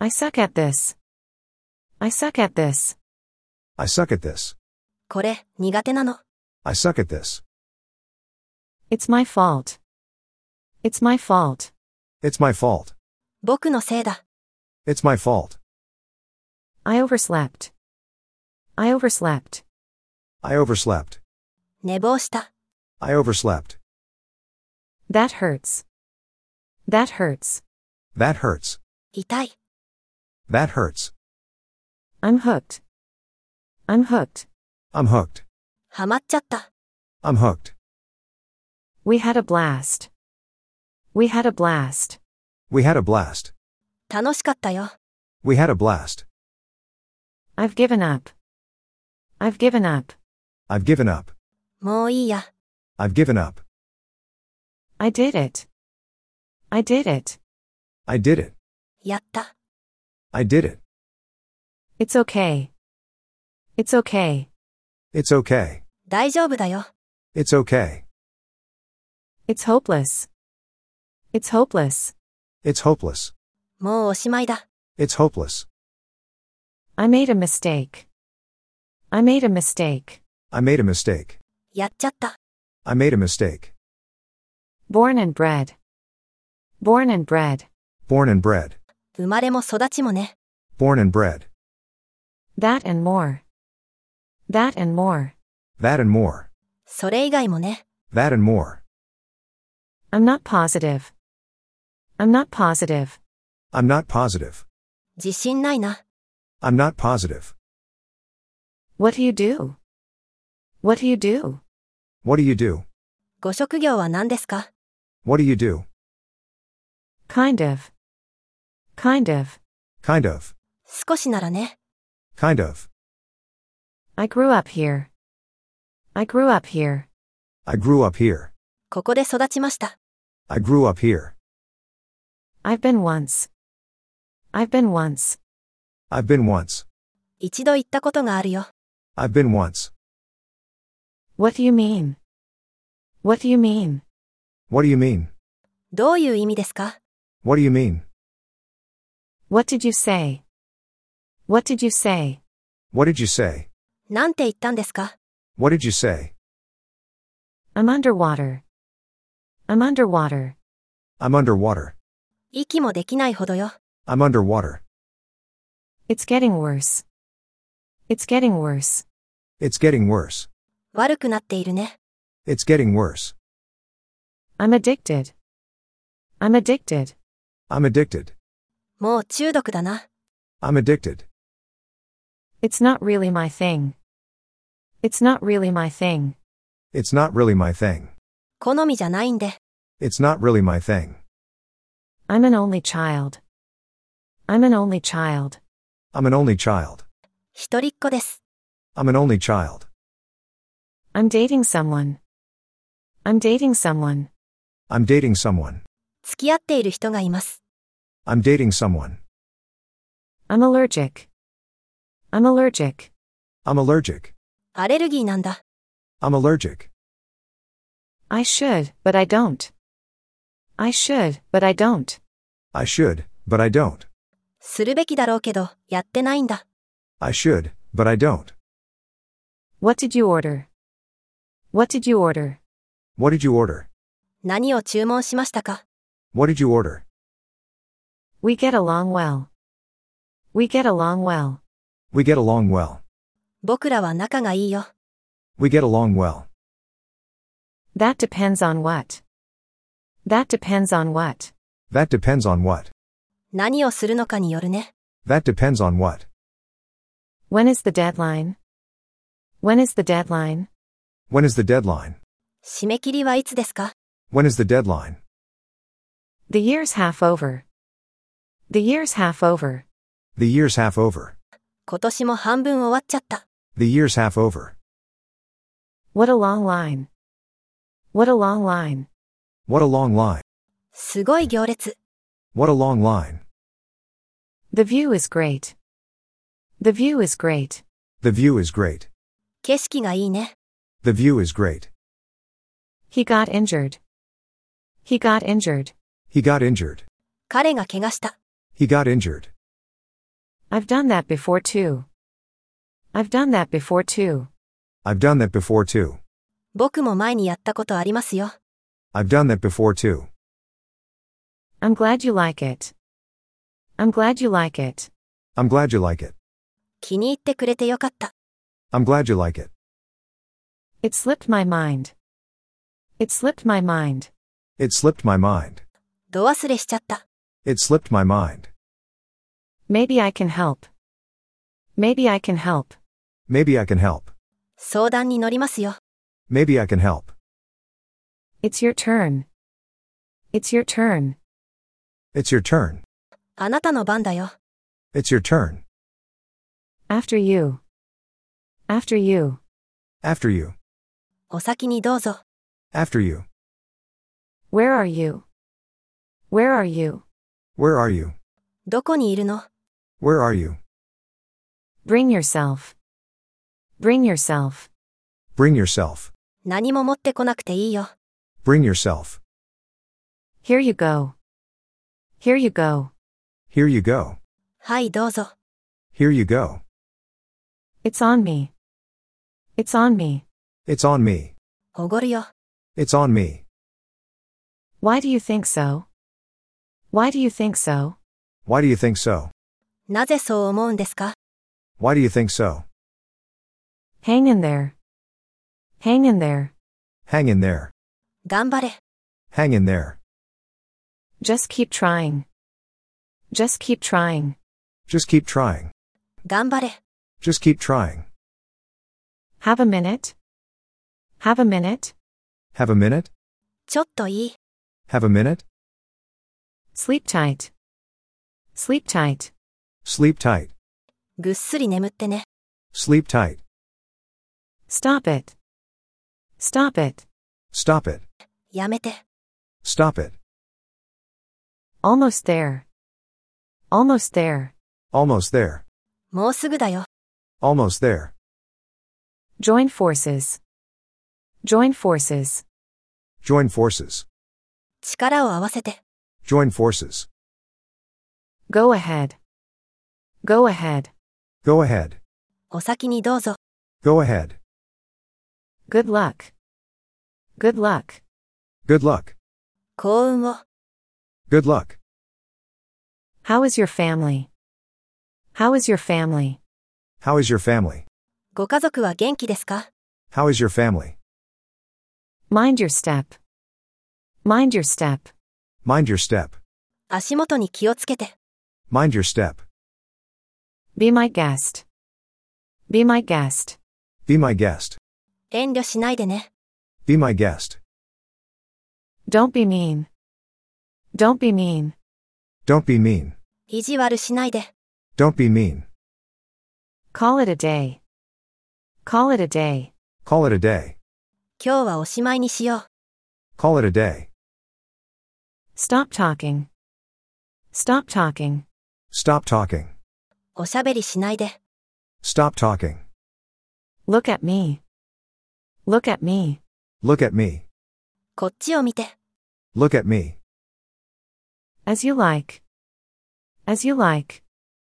[SPEAKER 3] I suck at this. I suck at this.
[SPEAKER 4] I suck at this.
[SPEAKER 2] これ、苦手なの。
[SPEAKER 4] I suck at this.
[SPEAKER 3] It's my fault. It's my fault.
[SPEAKER 4] It's my fault.
[SPEAKER 2] 僕のせいだ。
[SPEAKER 4] It's my fault.
[SPEAKER 3] I overslept. I overslept.
[SPEAKER 4] I overslept.
[SPEAKER 2] 寝坊した。
[SPEAKER 4] I overslept.
[SPEAKER 3] That hurts. That hurts.
[SPEAKER 4] That hurts.
[SPEAKER 2] 痛い。
[SPEAKER 4] That hurts.
[SPEAKER 3] I'm hooked. I'm hooked.
[SPEAKER 4] I'm hooked.
[SPEAKER 2] ハマっちゃった。
[SPEAKER 4] I'm hooked.
[SPEAKER 3] We had a blast. We had a blast.
[SPEAKER 4] We had a blast.
[SPEAKER 2] 楽しかったよ。
[SPEAKER 4] We had a blast.
[SPEAKER 3] I've given up. I've given up.
[SPEAKER 4] I've given up.
[SPEAKER 2] もういいや。
[SPEAKER 4] I've given up.
[SPEAKER 3] I did it. I did it.
[SPEAKER 4] I did it.
[SPEAKER 2] やった。
[SPEAKER 4] I did it.
[SPEAKER 3] It's okay. It's okay.
[SPEAKER 4] It's okay.
[SPEAKER 2] 大丈夫だよ。
[SPEAKER 4] It's okay.
[SPEAKER 3] It's hopeless. It's hopeless.
[SPEAKER 4] It's hopeless.
[SPEAKER 2] もうおしまいだ。
[SPEAKER 4] It's hopeless.
[SPEAKER 3] I made a mistake. I made a mistake.
[SPEAKER 4] I made a mistake.
[SPEAKER 2] やっちゃった。
[SPEAKER 4] I made a mistake.
[SPEAKER 3] Born and bred. Born and bred.
[SPEAKER 4] Born and bred.
[SPEAKER 2] 生まれも育ちもね。
[SPEAKER 4] Born and bred.
[SPEAKER 3] That and more. That and more.
[SPEAKER 4] That and more.
[SPEAKER 2] それ以外もね。
[SPEAKER 4] That and more.
[SPEAKER 3] I'm not positive. I'm not positive.
[SPEAKER 4] I'm not positive.
[SPEAKER 2] 自信ないな。
[SPEAKER 4] I'm not positive.
[SPEAKER 3] What do you do? What do you do?
[SPEAKER 4] What do you do?
[SPEAKER 2] ご職業は何ですか
[SPEAKER 4] What do you do?
[SPEAKER 3] Kind of. Kind of.
[SPEAKER 4] Kind of.
[SPEAKER 2] 少しならね。
[SPEAKER 4] Kind of.
[SPEAKER 3] I grew up here. I grew up here.
[SPEAKER 4] I grew up here.
[SPEAKER 2] ここで育ちました。
[SPEAKER 4] I grew up here.
[SPEAKER 3] I've been once. I've been once.
[SPEAKER 4] I've been once.
[SPEAKER 2] 一度行ったことがあるよ。
[SPEAKER 4] I've been once.
[SPEAKER 3] What do you mean? What do you mean?
[SPEAKER 4] What do you mean?
[SPEAKER 2] どういう意味ですか
[SPEAKER 4] What do you mean?
[SPEAKER 3] What did you say? What did you say?
[SPEAKER 4] What did you say?
[SPEAKER 2] なんて言ったんですか
[SPEAKER 4] What did you say?
[SPEAKER 3] I'm underwater. I'm underwater.
[SPEAKER 4] I'm underwater.
[SPEAKER 2] 息もできないほどよ。
[SPEAKER 4] I'm underwater.
[SPEAKER 3] It's getting worse. It's getting worse.
[SPEAKER 4] It's getting worse.
[SPEAKER 2] 悪くなっているね。
[SPEAKER 4] It's getting worse.
[SPEAKER 3] I'm addicted. I'm addicted.
[SPEAKER 4] I'm addicted.
[SPEAKER 2] もう中毒だな。
[SPEAKER 4] I'm addicted.
[SPEAKER 3] It's not really my thing. It's not really my thing.
[SPEAKER 4] It's not really my thing.
[SPEAKER 2] 好みじゃないんで。
[SPEAKER 4] It's not really my thing.
[SPEAKER 3] I'm an only child. I'm an only child.
[SPEAKER 4] I'm an only child.
[SPEAKER 2] 一人っ子です。
[SPEAKER 4] I'm an only child.
[SPEAKER 3] I'm dating someone. I'm dating someone.
[SPEAKER 4] I'm dating someone.
[SPEAKER 2] 付き合っている人がいます。
[SPEAKER 4] I'm dating someone.
[SPEAKER 3] I'm allergic. I'm allergic.
[SPEAKER 4] I'm allergic.
[SPEAKER 2] アレルギーなんだ。
[SPEAKER 4] I'm allergic.
[SPEAKER 3] I should, but I don't. I should, but I don't.
[SPEAKER 4] I should, but I don't.
[SPEAKER 2] するべきだろうけど、やってないんだ。
[SPEAKER 4] I should, but I don't.
[SPEAKER 3] What did you order? What did you order?
[SPEAKER 4] What did you order?
[SPEAKER 2] 何を注文しましたか
[SPEAKER 4] What did you order?
[SPEAKER 3] We get along well. We get along well.
[SPEAKER 4] We get along well.
[SPEAKER 2] 僕らは仲がいいよ。
[SPEAKER 4] We get along well.
[SPEAKER 3] That depends on what. That depends on what.
[SPEAKER 4] That depends on what.
[SPEAKER 2] 何をするのかによるね。
[SPEAKER 4] That depends on what.
[SPEAKER 3] When is the deadline? When is the deadline?
[SPEAKER 4] When is the deadline?
[SPEAKER 2] 締め切りはいつですか
[SPEAKER 4] When is the deadline?
[SPEAKER 3] The year's half over. The year's half over.
[SPEAKER 4] The year's half over.
[SPEAKER 2] 今年も半分終わっちゃった。
[SPEAKER 4] The year's half over.
[SPEAKER 3] What a long line. What a long line.
[SPEAKER 4] What a long line.
[SPEAKER 2] すごい行列。
[SPEAKER 4] What a long line.
[SPEAKER 3] The view is great. The view is great.
[SPEAKER 4] The view is great.
[SPEAKER 2] 景色がいいね。
[SPEAKER 4] The view is great.
[SPEAKER 3] He got injured. He got injured.
[SPEAKER 4] He got injured.
[SPEAKER 2] 彼が怪我した。
[SPEAKER 4] He got injured.
[SPEAKER 3] I've done that before too. I've done that before too.
[SPEAKER 4] I've done that before too.
[SPEAKER 2] 僕も前にやったことありますよ。
[SPEAKER 4] I've done that before too.
[SPEAKER 3] I'm glad you like it. I'm glad you like it.
[SPEAKER 4] I'm glad you like it.
[SPEAKER 2] 気に入ってくれてよかった。
[SPEAKER 4] I'm glad you like it.
[SPEAKER 3] It slipped my mind. It slipped my mind.
[SPEAKER 4] It slipped my mind.
[SPEAKER 2] 度忘れしちゃった。
[SPEAKER 4] It slipped my mind.
[SPEAKER 3] Maybe I can help. Maybe I can help.
[SPEAKER 4] Maybe I can help.
[SPEAKER 2] 相談に乗りますよ。
[SPEAKER 4] Maybe I can help.
[SPEAKER 3] It's your turn. It's your turn.
[SPEAKER 4] It's your turn.
[SPEAKER 2] あなたの番だよ。
[SPEAKER 4] It's your turn.
[SPEAKER 3] After you. After you.
[SPEAKER 4] After you.
[SPEAKER 2] お先にどうぞ。
[SPEAKER 4] After you.
[SPEAKER 3] Where are you? Where are you?
[SPEAKER 4] Where are you?
[SPEAKER 2] どこにいるの
[SPEAKER 4] Where are you?
[SPEAKER 3] Bring yourself. Bring yourself.
[SPEAKER 4] Bring yourself.
[SPEAKER 2] 何も持ってこなくていいよ。
[SPEAKER 4] Bring yourself.
[SPEAKER 3] Here you go. Here you go.
[SPEAKER 4] Here you go.
[SPEAKER 2] はい、どうぞ。
[SPEAKER 4] Here you go.
[SPEAKER 3] It's on me. It's on me.
[SPEAKER 4] It's on me.
[SPEAKER 2] おごるよ。
[SPEAKER 4] It's on me.
[SPEAKER 3] Why do you think so? Why do you think so?
[SPEAKER 4] Why do you think so?
[SPEAKER 2] なぜそう思うんですか
[SPEAKER 4] Why do you think so?
[SPEAKER 3] Hang in there. Hang in there.
[SPEAKER 4] Hang in there.
[SPEAKER 2] 頑張れ。
[SPEAKER 4] Hang in there.
[SPEAKER 3] Just keep trying. Just keep trying.
[SPEAKER 4] Just keep trying.
[SPEAKER 2] 頑張れ。
[SPEAKER 4] Just keep trying.
[SPEAKER 3] Have a minute. Have a minute.
[SPEAKER 4] Have a minute?
[SPEAKER 2] ちょっといい。
[SPEAKER 4] Have a minute?
[SPEAKER 3] Sleep tight. Sleep tight.
[SPEAKER 4] Sleep tight.
[SPEAKER 2] ぐっすり眠ってね。
[SPEAKER 4] Sleep tight.
[SPEAKER 3] Stop it. Stop it.
[SPEAKER 4] Stop it.
[SPEAKER 2] やめて。
[SPEAKER 4] Stop it.
[SPEAKER 3] Almost there. Almost there.
[SPEAKER 4] Almost there.
[SPEAKER 2] もうすぐだよ。
[SPEAKER 4] Almost there.
[SPEAKER 3] Join forces. Join forces.
[SPEAKER 4] Join forces.
[SPEAKER 2] 力を合わせて。
[SPEAKER 4] Join forces.
[SPEAKER 3] Go ahead. Go ahead.
[SPEAKER 4] Go ahead.
[SPEAKER 2] お先にどうぞ。
[SPEAKER 4] Go ahead.
[SPEAKER 3] Good luck. Good luck.
[SPEAKER 4] Good luck.
[SPEAKER 2] 幸運を。
[SPEAKER 4] Good luck.
[SPEAKER 3] How is your family? How is your family?
[SPEAKER 4] How is your family?
[SPEAKER 2] ご家族は元気ですか
[SPEAKER 4] How is your family?
[SPEAKER 3] Mind your step. Mind your step.
[SPEAKER 4] Mind your step.
[SPEAKER 2] 足元に気をつけて。
[SPEAKER 4] Mind your step.
[SPEAKER 3] Be my guest. Be my guest.
[SPEAKER 4] Be my guest.
[SPEAKER 2] 遠慮しないでね。
[SPEAKER 4] Be my guest.
[SPEAKER 3] Don't be mean. Don't be mean.
[SPEAKER 4] Don't be mean.
[SPEAKER 2] 意地悪しないで。
[SPEAKER 4] Don't be mean.
[SPEAKER 3] Call it a day. Call it a day.
[SPEAKER 4] Call it a day.
[SPEAKER 2] 今日はおしまいにしよう。
[SPEAKER 4] Call it a day.
[SPEAKER 3] Stop talking. Stop talking.
[SPEAKER 4] Stop talking.
[SPEAKER 2] おしゃべりしないで。
[SPEAKER 4] Stop talking.
[SPEAKER 3] Look at me. Look at me.
[SPEAKER 4] Look at me.
[SPEAKER 2] こっちを見て。
[SPEAKER 4] Look at me.
[SPEAKER 3] As you like. As you like.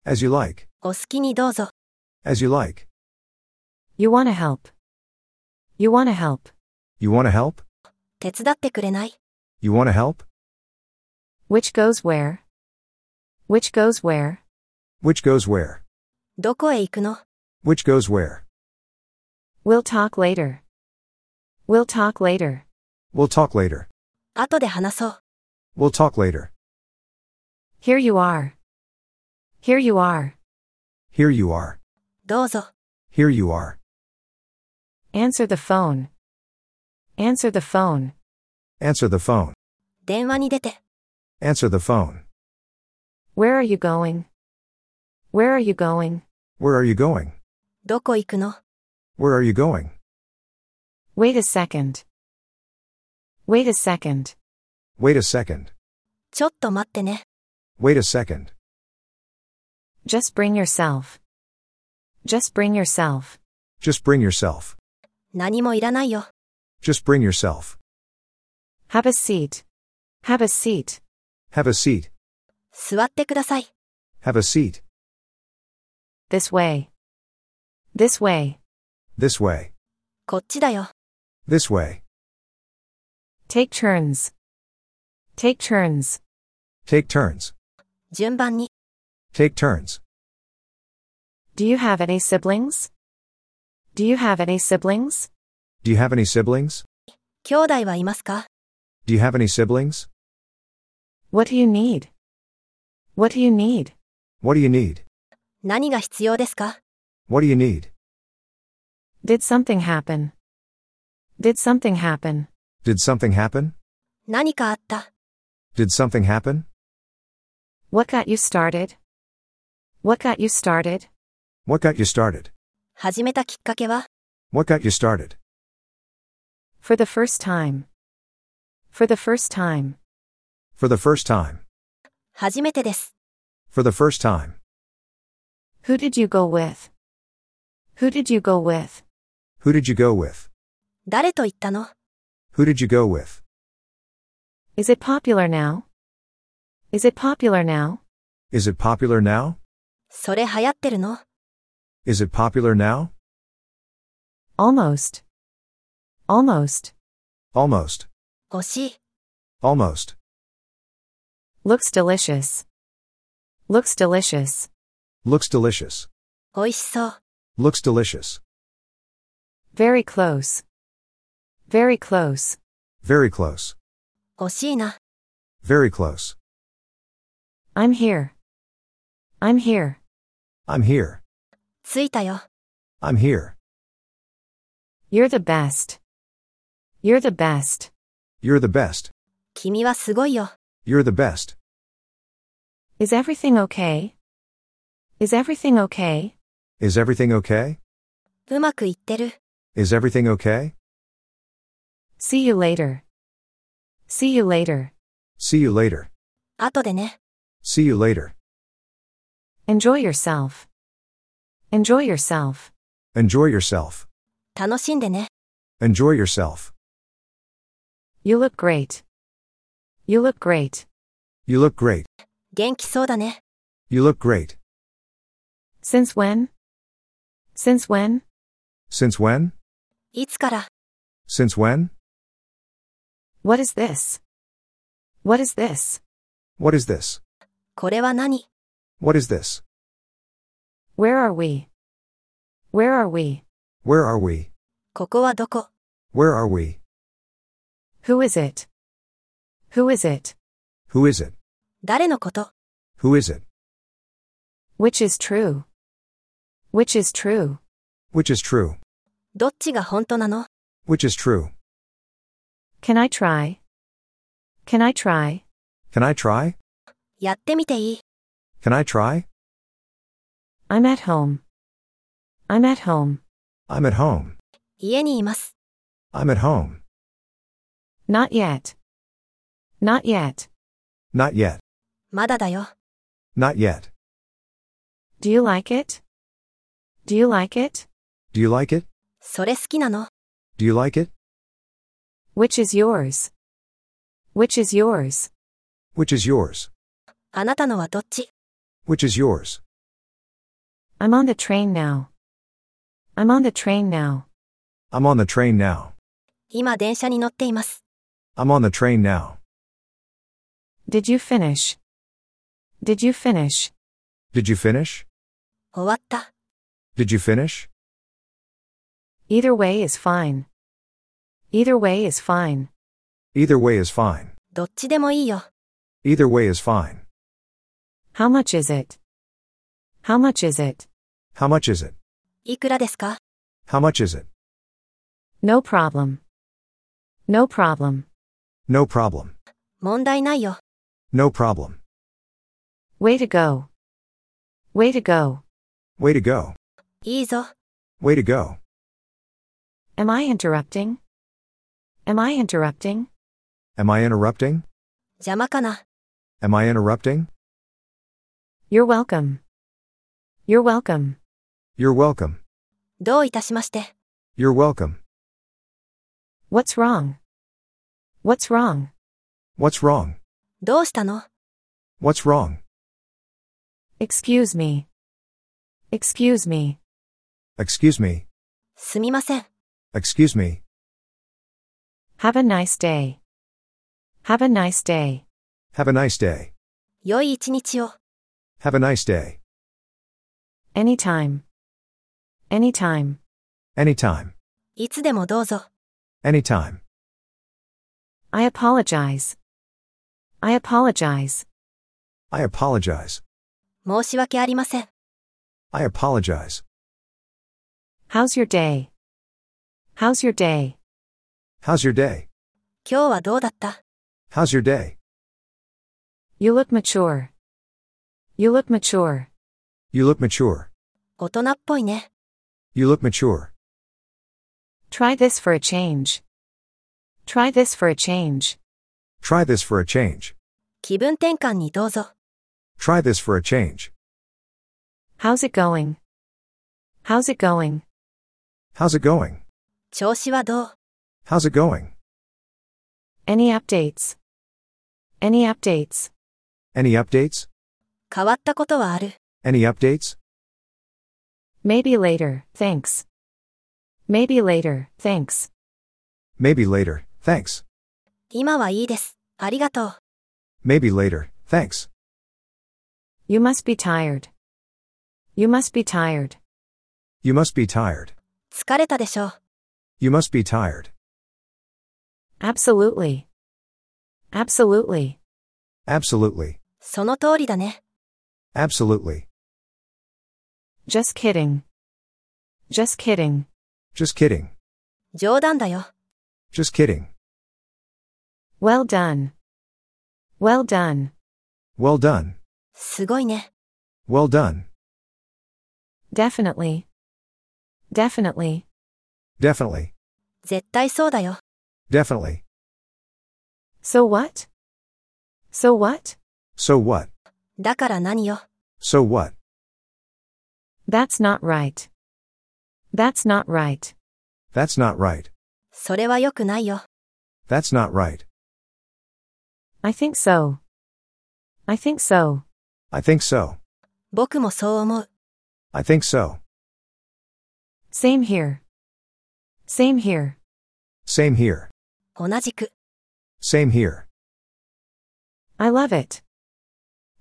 [SPEAKER 4] As you like.
[SPEAKER 2] お好きにどうぞ。
[SPEAKER 4] As you like.
[SPEAKER 3] You want to help. You want to help.
[SPEAKER 4] You want to help?
[SPEAKER 2] 手伝ってくれない。
[SPEAKER 4] You want to help?
[SPEAKER 3] Which goes where? Which goes where?
[SPEAKER 4] Which goes where?
[SPEAKER 2] どこへ行くの
[SPEAKER 4] Which goes where?
[SPEAKER 3] We'll talk later. We'll talk later.
[SPEAKER 4] We'll talk later.
[SPEAKER 2] 後で話そう。
[SPEAKER 4] We'll talk later.
[SPEAKER 3] Here you are. Here you are.
[SPEAKER 4] Here you are.
[SPEAKER 2] どうぞ。
[SPEAKER 4] Here you are.
[SPEAKER 3] Answer the phone. Answer the phone.
[SPEAKER 4] Answer the phone.
[SPEAKER 2] 電話に出て。
[SPEAKER 4] Answer the phone.
[SPEAKER 3] Where are you going? Where are you going?
[SPEAKER 4] Where are you going?
[SPEAKER 2] どこ行くの
[SPEAKER 4] Where are you going?
[SPEAKER 3] Wait a second. Wait a second.
[SPEAKER 4] Wait a second.
[SPEAKER 2] ちょっと待ってね。
[SPEAKER 4] Wait a second.
[SPEAKER 3] Just bring yourself. Just bring yourself.
[SPEAKER 4] Just bring yourself.
[SPEAKER 2] 何もいらないよ。
[SPEAKER 4] Just bring yourself.
[SPEAKER 3] Have a seat. Have a seat.
[SPEAKER 4] Have a seat.
[SPEAKER 2] 座ってください。
[SPEAKER 4] Have a seat.
[SPEAKER 3] This way. This way.
[SPEAKER 4] This way.
[SPEAKER 2] こっちだよ。
[SPEAKER 4] This way.
[SPEAKER 3] Take turns. Take turns.
[SPEAKER 4] Take turns.
[SPEAKER 2] 順番に。
[SPEAKER 4] Take turns.
[SPEAKER 3] Do you have any siblings? Do you have any siblings?
[SPEAKER 4] Do you have any siblings?
[SPEAKER 2] 兄弟はいますか
[SPEAKER 4] Do you have any siblings?
[SPEAKER 3] What do you need? What do you need?
[SPEAKER 4] What do you need?
[SPEAKER 2] 何が必要ですか
[SPEAKER 4] What do you need?
[SPEAKER 3] Did something happen? Did something happen?
[SPEAKER 4] Did something happen?
[SPEAKER 2] 何かあった。
[SPEAKER 4] Did something happen?
[SPEAKER 3] What got you started? What got you started?
[SPEAKER 4] What got you started?
[SPEAKER 2] 始めたきっかけは
[SPEAKER 4] What got you started?
[SPEAKER 3] For the first time. For the first time.
[SPEAKER 4] For the first time.
[SPEAKER 2] 初めてです。
[SPEAKER 4] For the first time.
[SPEAKER 3] Who did you go with? Who did you go with?
[SPEAKER 4] Who did you go with?
[SPEAKER 2] 誰と言ったの
[SPEAKER 4] Who did you go with?
[SPEAKER 3] Is it popular now? Is it popular now?
[SPEAKER 4] Is it popular now?
[SPEAKER 2] それ流行ってるの
[SPEAKER 4] Is it popular now?
[SPEAKER 3] Almost. Almost.
[SPEAKER 4] Almost.
[SPEAKER 2] 惜しい。
[SPEAKER 4] Almost.
[SPEAKER 3] Looks delicious. Looks delicious.
[SPEAKER 4] Looks delicious.
[SPEAKER 2] 美味しそう。
[SPEAKER 4] Looks delicious.
[SPEAKER 3] Very close. Very close.
[SPEAKER 4] Very close.
[SPEAKER 2] 惜しいな。
[SPEAKER 4] Very close.
[SPEAKER 3] I'm here. I'm here.
[SPEAKER 4] I'm here.
[SPEAKER 2] 着いたよ。
[SPEAKER 4] I'm here.
[SPEAKER 3] You're the best. You're the best.
[SPEAKER 4] You're the best.
[SPEAKER 2] 君はすごいよ。
[SPEAKER 4] You're the best.
[SPEAKER 3] Is everything okay? Is everything okay?
[SPEAKER 4] Is everything okay?
[SPEAKER 2] うまくいってる。
[SPEAKER 4] Is everything okay?
[SPEAKER 3] See you later. See you later.
[SPEAKER 4] See you later.
[SPEAKER 2] 後でね。
[SPEAKER 4] See you later.
[SPEAKER 3] Enjoy yourself. Enjoy yourself.
[SPEAKER 4] Enjoy yourself.
[SPEAKER 2] 楽しんでね。
[SPEAKER 4] Enjoy yourself.
[SPEAKER 3] You look great. You look great.
[SPEAKER 4] You look great.
[SPEAKER 2] 元気そうだね。
[SPEAKER 4] You look great.
[SPEAKER 3] Since when? Since when?
[SPEAKER 4] Since when?
[SPEAKER 2] いつから
[SPEAKER 4] Since when?
[SPEAKER 3] What is this? What is this?
[SPEAKER 4] What is this?
[SPEAKER 2] これは何
[SPEAKER 4] What is this?
[SPEAKER 3] Where are we? Where are we?
[SPEAKER 4] Where are we?
[SPEAKER 2] ここはどこ
[SPEAKER 4] Where are we?
[SPEAKER 3] Who is it? Who is it?
[SPEAKER 4] Who is it?
[SPEAKER 2] 誰のこと
[SPEAKER 4] Who is it?
[SPEAKER 3] Which is true? Which is true?
[SPEAKER 4] Which is true?
[SPEAKER 2] どっちが本当なの
[SPEAKER 4] Which is true?
[SPEAKER 3] Can I try? Can I try?
[SPEAKER 4] Can I try?
[SPEAKER 2] やってみていい
[SPEAKER 4] Can I try?
[SPEAKER 3] I'm at home. I'm at home.
[SPEAKER 4] I'm at home.
[SPEAKER 2] 家にいます。
[SPEAKER 4] I'm at home.
[SPEAKER 3] Not yet. Not yet.
[SPEAKER 4] Not yet.
[SPEAKER 2] まだだよ。
[SPEAKER 4] Not yet.
[SPEAKER 3] Do you like it? Do you like it?
[SPEAKER 4] Do you like it?
[SPEAKER 2] それ好きなの
[SPEAKER 4] Do you like it?
[SPEAKER 3] Which is yours? Which is yours?
[SPEAKER 4] Which is yours?
[SPEAKER 2] あなたのはどっち
[SPEAKER 4] Which is yours?
[SPEAKER 3] I'm on the train now. I'm on the train now.
[SPEAKER 4] I'm on the train now.
[SPEAKER 2] 今電車に乗っています。
[SPEAKER 4] I'm on the train now.
[SPEAKER 3] Did you finish? Did you finish?
[SPEAKER 4] Did you finish?
[SPEAKER 2] 終わった。
[SPEAKER 4] Did you finish?
[SPEAKER 3] Either way is fine. Either way is fine.
[SPEAKER 4] Either way is fine.
[SPEAKER 2] どっちでもいいよ。
[SPEAKER 4] Either way is fine.
[SPEAKER 3] How much is it? How much is it?
[SPEAKER 4] How much is it?
[SPEAKER 2] いくらですか
[SPEAKER 4] How much is it?
[SPEAKER 3] No problem. No problem.
[SPEAKER 4] No problem.
[SPEAKER 2] 問題ないよ。
[SPEAKER 4] No problem.
[SPEAKER 3] Way to go. Way to go.
[SPEAKER 4] Way to go.
[SPEAKER 2] いいぞ。
[SPEAKER 4] Way to go.
[SPEAKER 3] Am I interrupting? Am I interrupting?
[SPEAKER 4] Am I interrupting?
[SPEAKER 2] 邪魔かな。
[SPEAKER 4] Am I interrupting?
[SPEAKER 3] You're welcome. You're welcome.
[SPEAKER 4] You're welcome.
[SPEAKER 2] どういたしまして。
[SPEAKER 4] You're welcome.
[SPEAKER 3] What's wrong? What's wrong?
[SPEAKER 4] What's wrong?
[SPEAKER 2] どうしたの
[SPEAKER 4] What's wrong?
[SPEAKER 3] Excuse me. Excuse me.
[SPEAKER 4] Excuse me.
[SPEAKER 2] すみません。
[SPEAKER 4] Excuse me.
[SPEAKER 3] Have a nice day. Have a nice day.
[SPEAKER 4] Have a nice day.
[SPEAKER 2] 良い一日を。
[SPEAKER 4] Have a nice day.
[SPEAKER 3] Anytime. Anytime.
[SPEAKER 4] Anytime.
[SPEAKER 2] いつでもどうぞ。
[SPEAKER 4] Anytime.
[SPEAKER 3] I apologize. I apologize.
[SPEAKER 4] I apologize.
[SPEAKER 2] 申し訳ありません。
[SPEAKER 4] I apologize.
[SPEAKER 3] How's your day? How's your day?
[SPEAKER 4] How's your day?
[SPEAKER 2] 今日はどうだった
[SPEAKER 4] How's your day?
[SPEAKER 3] You look mature. You look mature.
[SPEAKER 4] You look mature.
[SPEAKER 2] 大人っぽいね。
[SPEAKER 4] You look mature.
[SPEAKER 3] Try this for a change. Try this for a change.
[SPEAKER 4] Try this for a change.
[SPEAKER 2] 気分転換にどうぞ。
[SPEAKER 4] Try this for a change.
[SPEAKER 3] How's it going? How's it going?
[SPEAKER 4] How's it going?
[SPEAKER 2] 調子はどう
[SPEAKER 4] How's it going?
[SPEAKER 3] Any updates? Any updates?
[SPEAKER 4] Any updates?
[SPEAKER 2] 変わったことはある。
[SPEAKER 4] Any updates?
[SPEAKER 3] Maybe later, thanks. Maybe later, thanks.
[SPEAKER 4] Maybe later, thanks.
[SPEAKER 2] 今はいいです。ありがとう。
[SPEAKER 4] Maybe later, thanks.
[SPEAKER 3] You must be tired. You must be tired.
[SPEAKER 4] You must be tired.
[SPEAKER 2] 疲れたでしょう。
[SPEAKER 4] You must be tired.
[SPEAKER 3] Absolutely. Absolutely.
[SPEAKER 4] Absolutely.
[SPEAKER 2] その通りだね。
[SPEAKER 4] Absolutely.
[SPEAKER 3] Just kidding. Just kidding.
[SPEAKER 4] Just kidding.
[SPEAKER 2] 冗談だよ。
[SPEAKER 4] Just kidding.
[SPEAKER 3] Well done. Well done.
[SPEAKER 4] Well done.
[SPEAKER 2] すごいね。
[SPEAKER 4] Well done.
[SPEAKER 3] Definitely. Definitely.
[SPEAKER 4] Definitely.
[SPEAKER 2] 絶対そうだよ。
[SPEAKER 4] Definitely.
[SPEAKER 3] So what? So what?
[SPEAKER 4] So what?
[SPEAKER 2] だから何よ。
[SPEAKER 4] So what?
[SPEAKER 3] That's not right. That's not right.
[SPEAKER 4] That's not right.
[SPEAKER 2] それは良くないよ。
[SPEAKER 4] That's not right.
[SPEAKER 3] I think so. I think so.
[SPEAKER 4] I think so.
[SPEAKER 2] 僕もそう思う。
[SPEAKER 4] I think so.
[SPEAKER 3] Same here. Same here.
[SPEAKER 4] Same here.
[SPEAKER 2] 同じく。
[SPEAKER 4] Same here.
[SPEAKER 3] I love it.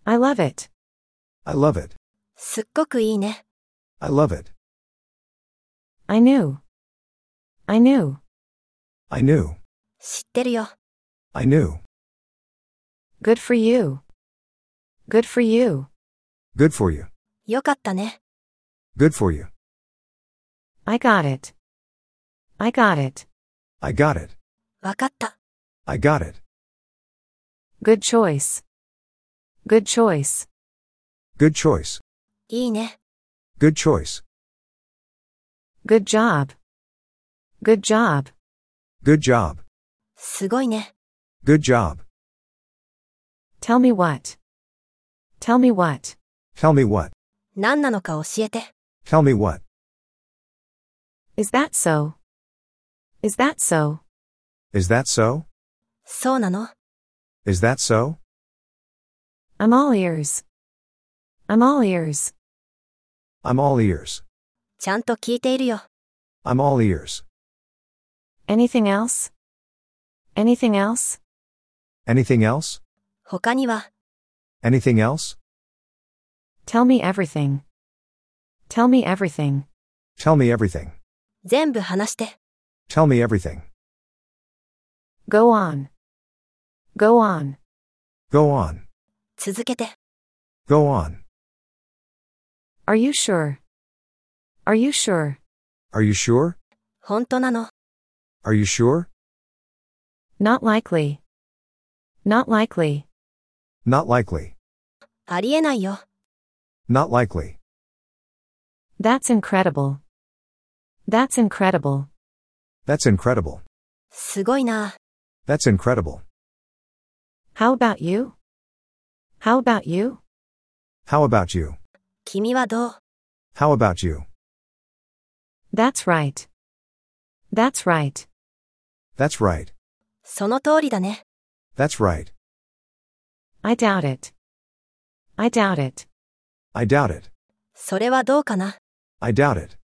[SPEAKER 3] I love it.
[SPEAKER 4] I love it.
[SPEAKER 2] すっごくいいね。
[SPEAKER 4] I love it.
[SPEAKER 3] I knew. I knew.
[SPEAKER 4] I knew.
[SPEAKER 2] 知ってるよ。
[SPEAKER 4] I knew.
[SPEAKER 3] Good for you. Good for you.
[SPEAKER 4] Good for you.
[SPEAKER 2] よかったね。
[SPEAKER 4] Good for you.
[SPEAKER 3] I got it. I got it.
[SPEAKER 4] I got it.
[SPEAKER 2] わかった。
[SPEAKER 4] I got it.
[SPEAKER 3] Good choice. Good choice.
[SPEAKER 4] Good choice.
[SPEAKER 2] いいね。
[SPEAKER 4] Good choice.
[SPEAKER 3] Good job. Good job.
[SPEAKER 4] Good job.
[SPEAKER 2] すごいね。
[SPEAKER 4] Good job.
[SPEAKER 3] Tell me what. Tell me what.
[SPEAKER 4] Tell me what.
[SPEAKER 2] 何なのか教えて。
[SPEAKER 4] Tell me what.
[SPEAKER 3] Is that so? Is that so?
[SPEAKER 4] Is that so?
[SPEAKER 2] そうなの
[SPEAKER 4] Is that so?
[SPEAKER 3] I'm all ears. I'm all ears.
[SPEAKER 4] I'm all ears.
[SPEAKER 2] ちゃんと聞いているよ。
[SPEAKER 4] I'm all ears.
[SPEAKER 3] Anything else? Anything else?
[SPEAKER 4] Anything else?
[SPEAKER 2] 他には、
[SPEAKER 4] Anything else?
[SPEAKER 3] Tell me everything. Tell me everything.
[SPEAKER 4] Tell me everything.
[SPEAKER 2] 全部話して。
[SPEAKER 4] Tell me everything.
[SPEAKER 3] Go on. Go on.
[SPEAKER 4] Go on.
[SPEAKER 2] 続けて。
[SPEAKER 4] Go on.
[SPEAKER 3] Are you sure? Are you sure?
[SPEAKER 4] Are you sure?
[SPEAKER 2] 本当なの
[SPEAKER 4] Are you sure?
[SPEAKER 3] Not likely. Not likely.
[SPEAKER 4] Not likely.
[SPEAKER 2] ありえないよ。
[SPEAKER 4] Not likely.
[SPEAKER 3] That's incredible. That's incredible.
[SPEAKER 4] That's incredible.
[SPEAKER 2] すごいな。
[SPEAKER 4] That's incredible.
[SPEAKER 3] How about you? How about you?
[SPEAKER 4] How about you?
[SPEAKER 2] 君はどう
[SPEAKER 4] How about you?
[SPEAKER 3] That's right. That's right.
[SPEAKER 4] That's right.
[SPEAKER 2] その通りだね。
[SPEAKER 4] That's right.
[SPEAKER 3] I doubt it. I doubt it.
[SPEAKER 4] I doubt it.
[SPEAKER 2] それはどうかな
[SPEAKER 4] I doubt it.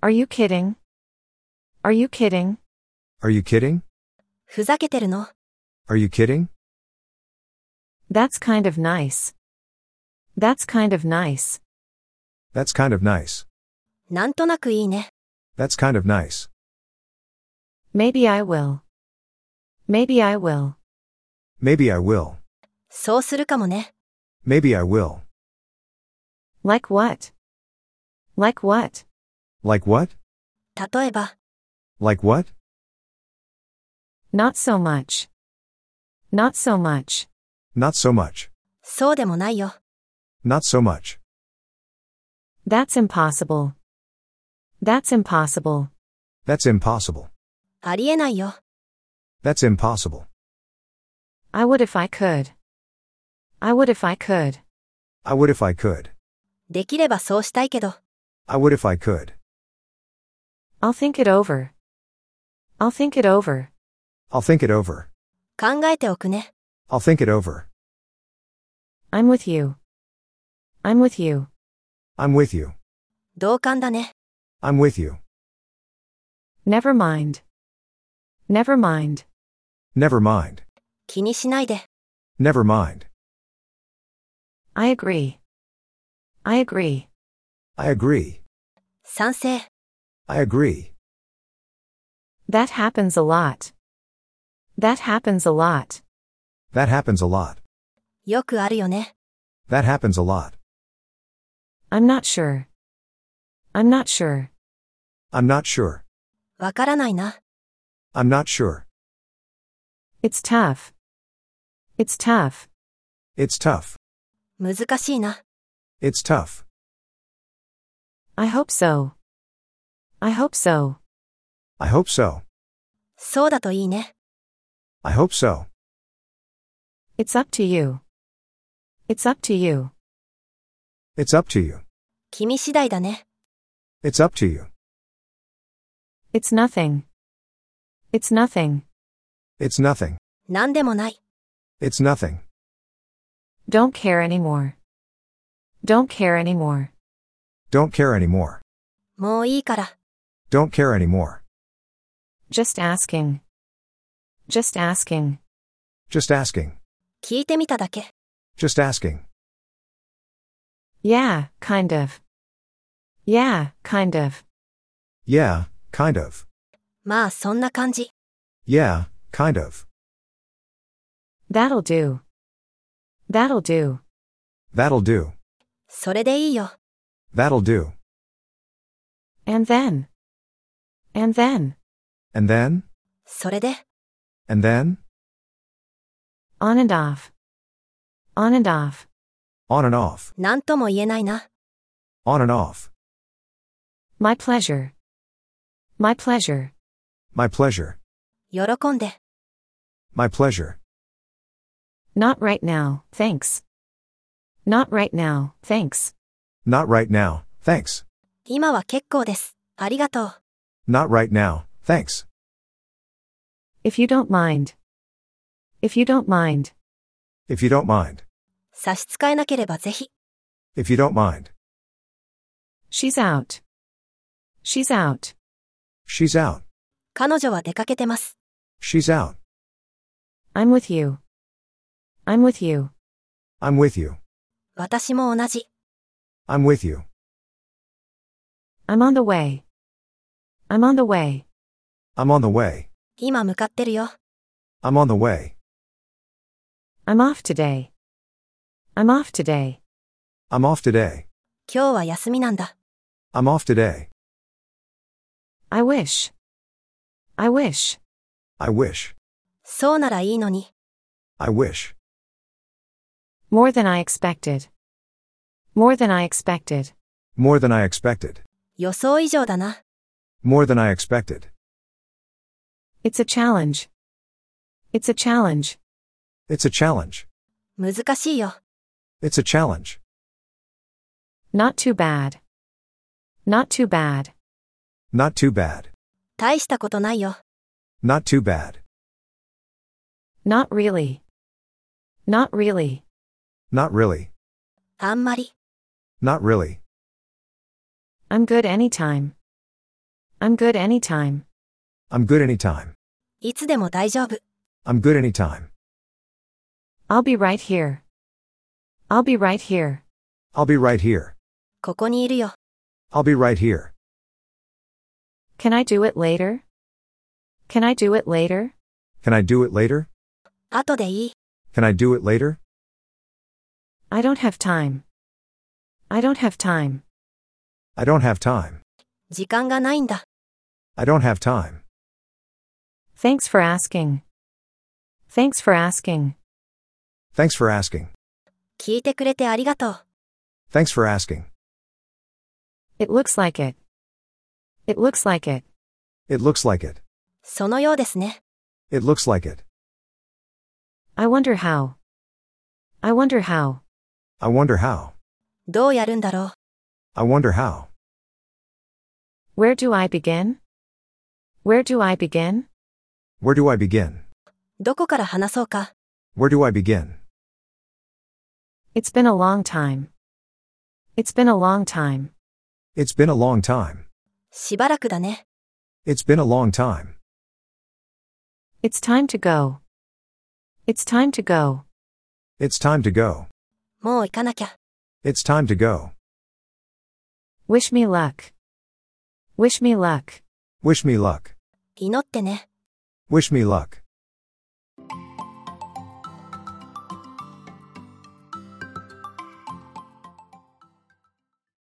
[SPEAKER 3] Are you kidding? Are you kidding?
[SPEAKER 4] Are you kidding?
[SPEAKER 2] ふざけてるの
[SPEAKER 4] Are you kidding?
[SPEAKER 3] That's kind of nice. That's kind of nice.
[SPEAKER 4] That's kind of nice.
[SPEAKER 2] なんとなくいいね。
[SPEAKER 4] That's kind of nice.
[SPEAKER 3] Maybe I will. Maybe I will.
[SPEAKER 4] Maybe I will.
[SPEAKER 2] そうするかもね。
[SPEAKER 4] Maybe I will.
[SPEAKER 3] Like what? Like what?
[SPEAKER 4] Like what?
[SPEAKER 2] 例えば、
[SPEAKER 4] Like what?
[SPEAKER 3] Not so much. Not so much.
[SPEAKER 4] Not so much.
[SPEAKER 2] そうでもないよ。
[SPEAKER 4] Not so much.
[SPEAKER 3] That's impossible. That's impossible.
[SPEAKER 4] That's impossible.
[SPEAKER 2] ありえないよ。
[SPEAKER 4] That's impossible.
[SPEAKER 3] I would if I could. I would if I could.
[SPEAKER 4] I would if I could.
[SPEAKER 2] できればそうしたいけど、
[SPEAKER 4] I would if I could.
[SPEAKER 3] I'll think it over. I'll think it over.
[SPEAKER 4] I'll think it over.
[SPEAKER 2] 考えておくね。
[SPEAKER 4] I'll think it over.
[SPEAKER 3] I'm with you. I'm with you.
[SPEAKER 4] I'm with you.
[SPEAKER 2] 同感だね。
[SPEAKER 4] I'm with you.
[SPEAKER 3] Never mind. Never mind.
[SPEAKER 4] Never mind.
[SPEAKER 2] 気にしないで。
[SPEAKER 4] Never mind.
[SPEAKER 3] I agree. I agree.
[SPEAKER 4] I agree.
[SPEAKER 2] 賛成。
[SPEAKER 4] I agree.
[SPEAKER 3] That happens a lot. That happens a lot.
[SPEAKER 4] That happens a lot.
[SPEAKER 2] よくあるよね。
[SPEAKER 4] That happens a lot.
[SPEAKER 3] I'm not sure. I'm not sure.
[SPEAKER 4] I'm not sure.
[SPEAKER 2] わからないな。
[SPEAKER 4] I'm not sure.
[SPEAKER 3] It's tough. It's tough.
[SPEAKER 4] It's tough.
[SPEAKER 2] 難しいな。
[SPEAKER 4] It's tough.
[SPEAKER 3] I hope so. I hope so.
[SPEAKER 4] I hope so.
[SPEAKER 2] そうだといいね。
[SPEAKER 4] I hope so.
[SPEAKER 3] It's up to you. It's up to you.
[SPEAKER 4] It's up to you.
[SPEAKER 2] 君次第だね。
[SPEAKER 4] It's up to you.
[SPEAKER 3] It's nothing. It's nothing.
[SPEAKER 4] It's nothing.
[SPEAKER 2] なんでもない。
[SPEAKER 4] It's nothing.
[SPEAKER 3] Don't care anymore. Don't care anymore.
[SPEAKER 4] Don't care anymore.
[SPEAKER 2] もういいから。
[SPEAKER 4] Don't care anymore.
[SPEAKER 3] Just asking. Just asking.
[SPEAKER 4] Just asking.
[SPEAKER 2] 聞いてみただけ。
[SPEAKER 4] Just asking.
[SPEAKER 3] Yeah, kind of. Yeah, kind of.
[SPEAKER 4] Yeah, kind of.
[SPEAKER 2] まあそんな感じ。
[SPEAKER 4] Yeah, kind of.
[SPEAKER 3] That'll do. That'll do.
[SPEAKER 4] That'll do.
[SPEAKER 2] それでいいよ。
[SPEAKER 4] That'll do.
[SPEAKER 3] And then. And then.
[SPEAKER 4] And then?
[SPEAKER 2] それで、
[SPEAKER 4] And then?
[SPEAKER 3] On and off. On and off.
[SPEAKER 4] On and off.
[SPEAKER 2] なんとも言えないな。
[SPEAKER 4] On and off.
[SPEAKER 3] My pleasure. My pleasure.
[SPEAKER 4] My pleasure.
[SPEAKER 2] 喜んで。
[SPEAKER 4] My pleasure.
[SPEAKER 3] Not right now, thanks. Not right now, thanks.
[SPEAKER 4] Not right now, thanks.
[SPEAKER 2] 今は結構です。ありがとう。
[SPEAKER 4] Not right now, thanks.
[SPEAKER 3] If you don't mind. If you don't mind.
[SPEAKER 4] If you don't mind.
[SPEAKER 2] 差し支えなければぜひ。
[SPEAKER 4] If you don't mind.
[SPEAKER 3] She's out. She's out.
[SPEAKER 4] She's out.
[SPEAKER 2] 彼女は出かけてます。
[SPEAKER 4] She's out.
[SPEAKER 3] I'm with you. I'm with you.
[SPEAKER 4] I'm with you.
[SPEAKER 2] 私も同じ。
[SPEAKER 4] I'm with you.
[SPEAKER 3] I'm on the way. I'm on the way.
[SPEAKER 4] I'm on the way.
[SPEAKER 2] 今向かってるよ。
[SPEAKER 4] I'm on the way.
[SPEAKER 3] I'm off today. I'm off today.
[SPEAKER 4] I'm off today.
[SPEAKER 2] 今日は休みなんだ。
[SPEAKER 4] I'm off today.
[SPEAKER 3] I wish. I wish.
[SPEAKER 4] I wish.
[SPEAKER 2] そうならいいのに。
[SPEAKER 4] I wish.
[SPEAKER 3] More than I expected. More than I expected.
[SPEAKER 4] More than I expected.
[SPEAKER 2] 予想以上だな。
[SPEAKER 4] More than I expected.
[SPEAKER 3] It's a challenge. It's a challenge.
[SPEAKER 4] It's a challenge.
[SPEAKER 2] 難しいよ。
[SPEAKER 4] It's a challenge.
[SPEAKER 3] Not too bad. Not too bad.
[SPEAKER 4] Not too bad.
[SPEAKER 2] 大したことないよ。
[SPEAKER 4] Not too bad.
[SPEAKER 3] Not really. Not really.
[SPEAKER 4] Not really.
[SPEAKER 2] あんまり。
[SPEAKER 4] Not really.
[SPEAKER 3] I'm good anytime. I'm good anytime.
[SPEAKER 4] I'm good anytime.
[SPEAKER 2] いつでも大丈夫。
[SPEAKER 4] I'm good anytime.
[SPEAKER 3] I'll be right here. I'll be right here.
[SPEAKER 4] I'll be right here.
[SPEAKER 2] ここにいるよ。
[SPEAKER 4] I'll be right here.
[SPEAKER 3] Can I do it later? Can I do it later?
[SPEAKER 4] Can I do it later?
[SPEAKER 2] 後でいい。
[SPEAKER 4] Can I do it later?
[SPEAKER 3] I don't have time. I don't have time.
[SPEAKER 4] I don't have time.
[SPEAKER 2] 時間がないんだ。
[SPEAKER 4] I don't have time.
[SPEAKER 3] Thanks for asking. Thanks for asking.
[SPEAKER 4] Thanks for asking.
[SPEAKER 2] 聞いてくれてありがとう。
[SPEAKER 4] Thanks for asking.
[SPEAKER 3] It looks like it. It looks like it.
[SPEAKER 4] It looks like it.
[SPEAKER 2] そのようですね。
[SPEAKER 4] It looks like it.
[SPEAKER 3] I wonder how. I wonder how.
[SPEAKER 4] I wonder how.
[SPEAKER 2] どうやるんだろう。
[SPEAKER 4] I wonder how.
[SPEAKER 3] Where do I begin? Where do I begin?
[SPEAKER 4] Where do I begin?
[SPEAKER 2] どこから話そうか。
[SPEAKER 4] Where do I begin?
[SPEAKER 3] It's been a long time. It's been a long time.
[SPEAKER 4] It's been a long time.
[SPEAKER 2] しばらくだね。
[SPEAKER 4] It's been a long time.
[SPEAKER 3] It's time to go. It's time to go.
[SPEAKER 4] It's time to go.
[SPEAKER 2] もう行かなきゃ。
[SPEAKER 4] It's time to go.
[SPEAKER 3] Wish me luck. Wish me luck.
[SPEAKER 4] Wish me luck.
[SPEAKER 2] 祈ってね。
[SPEAKER 4] Wish me luck.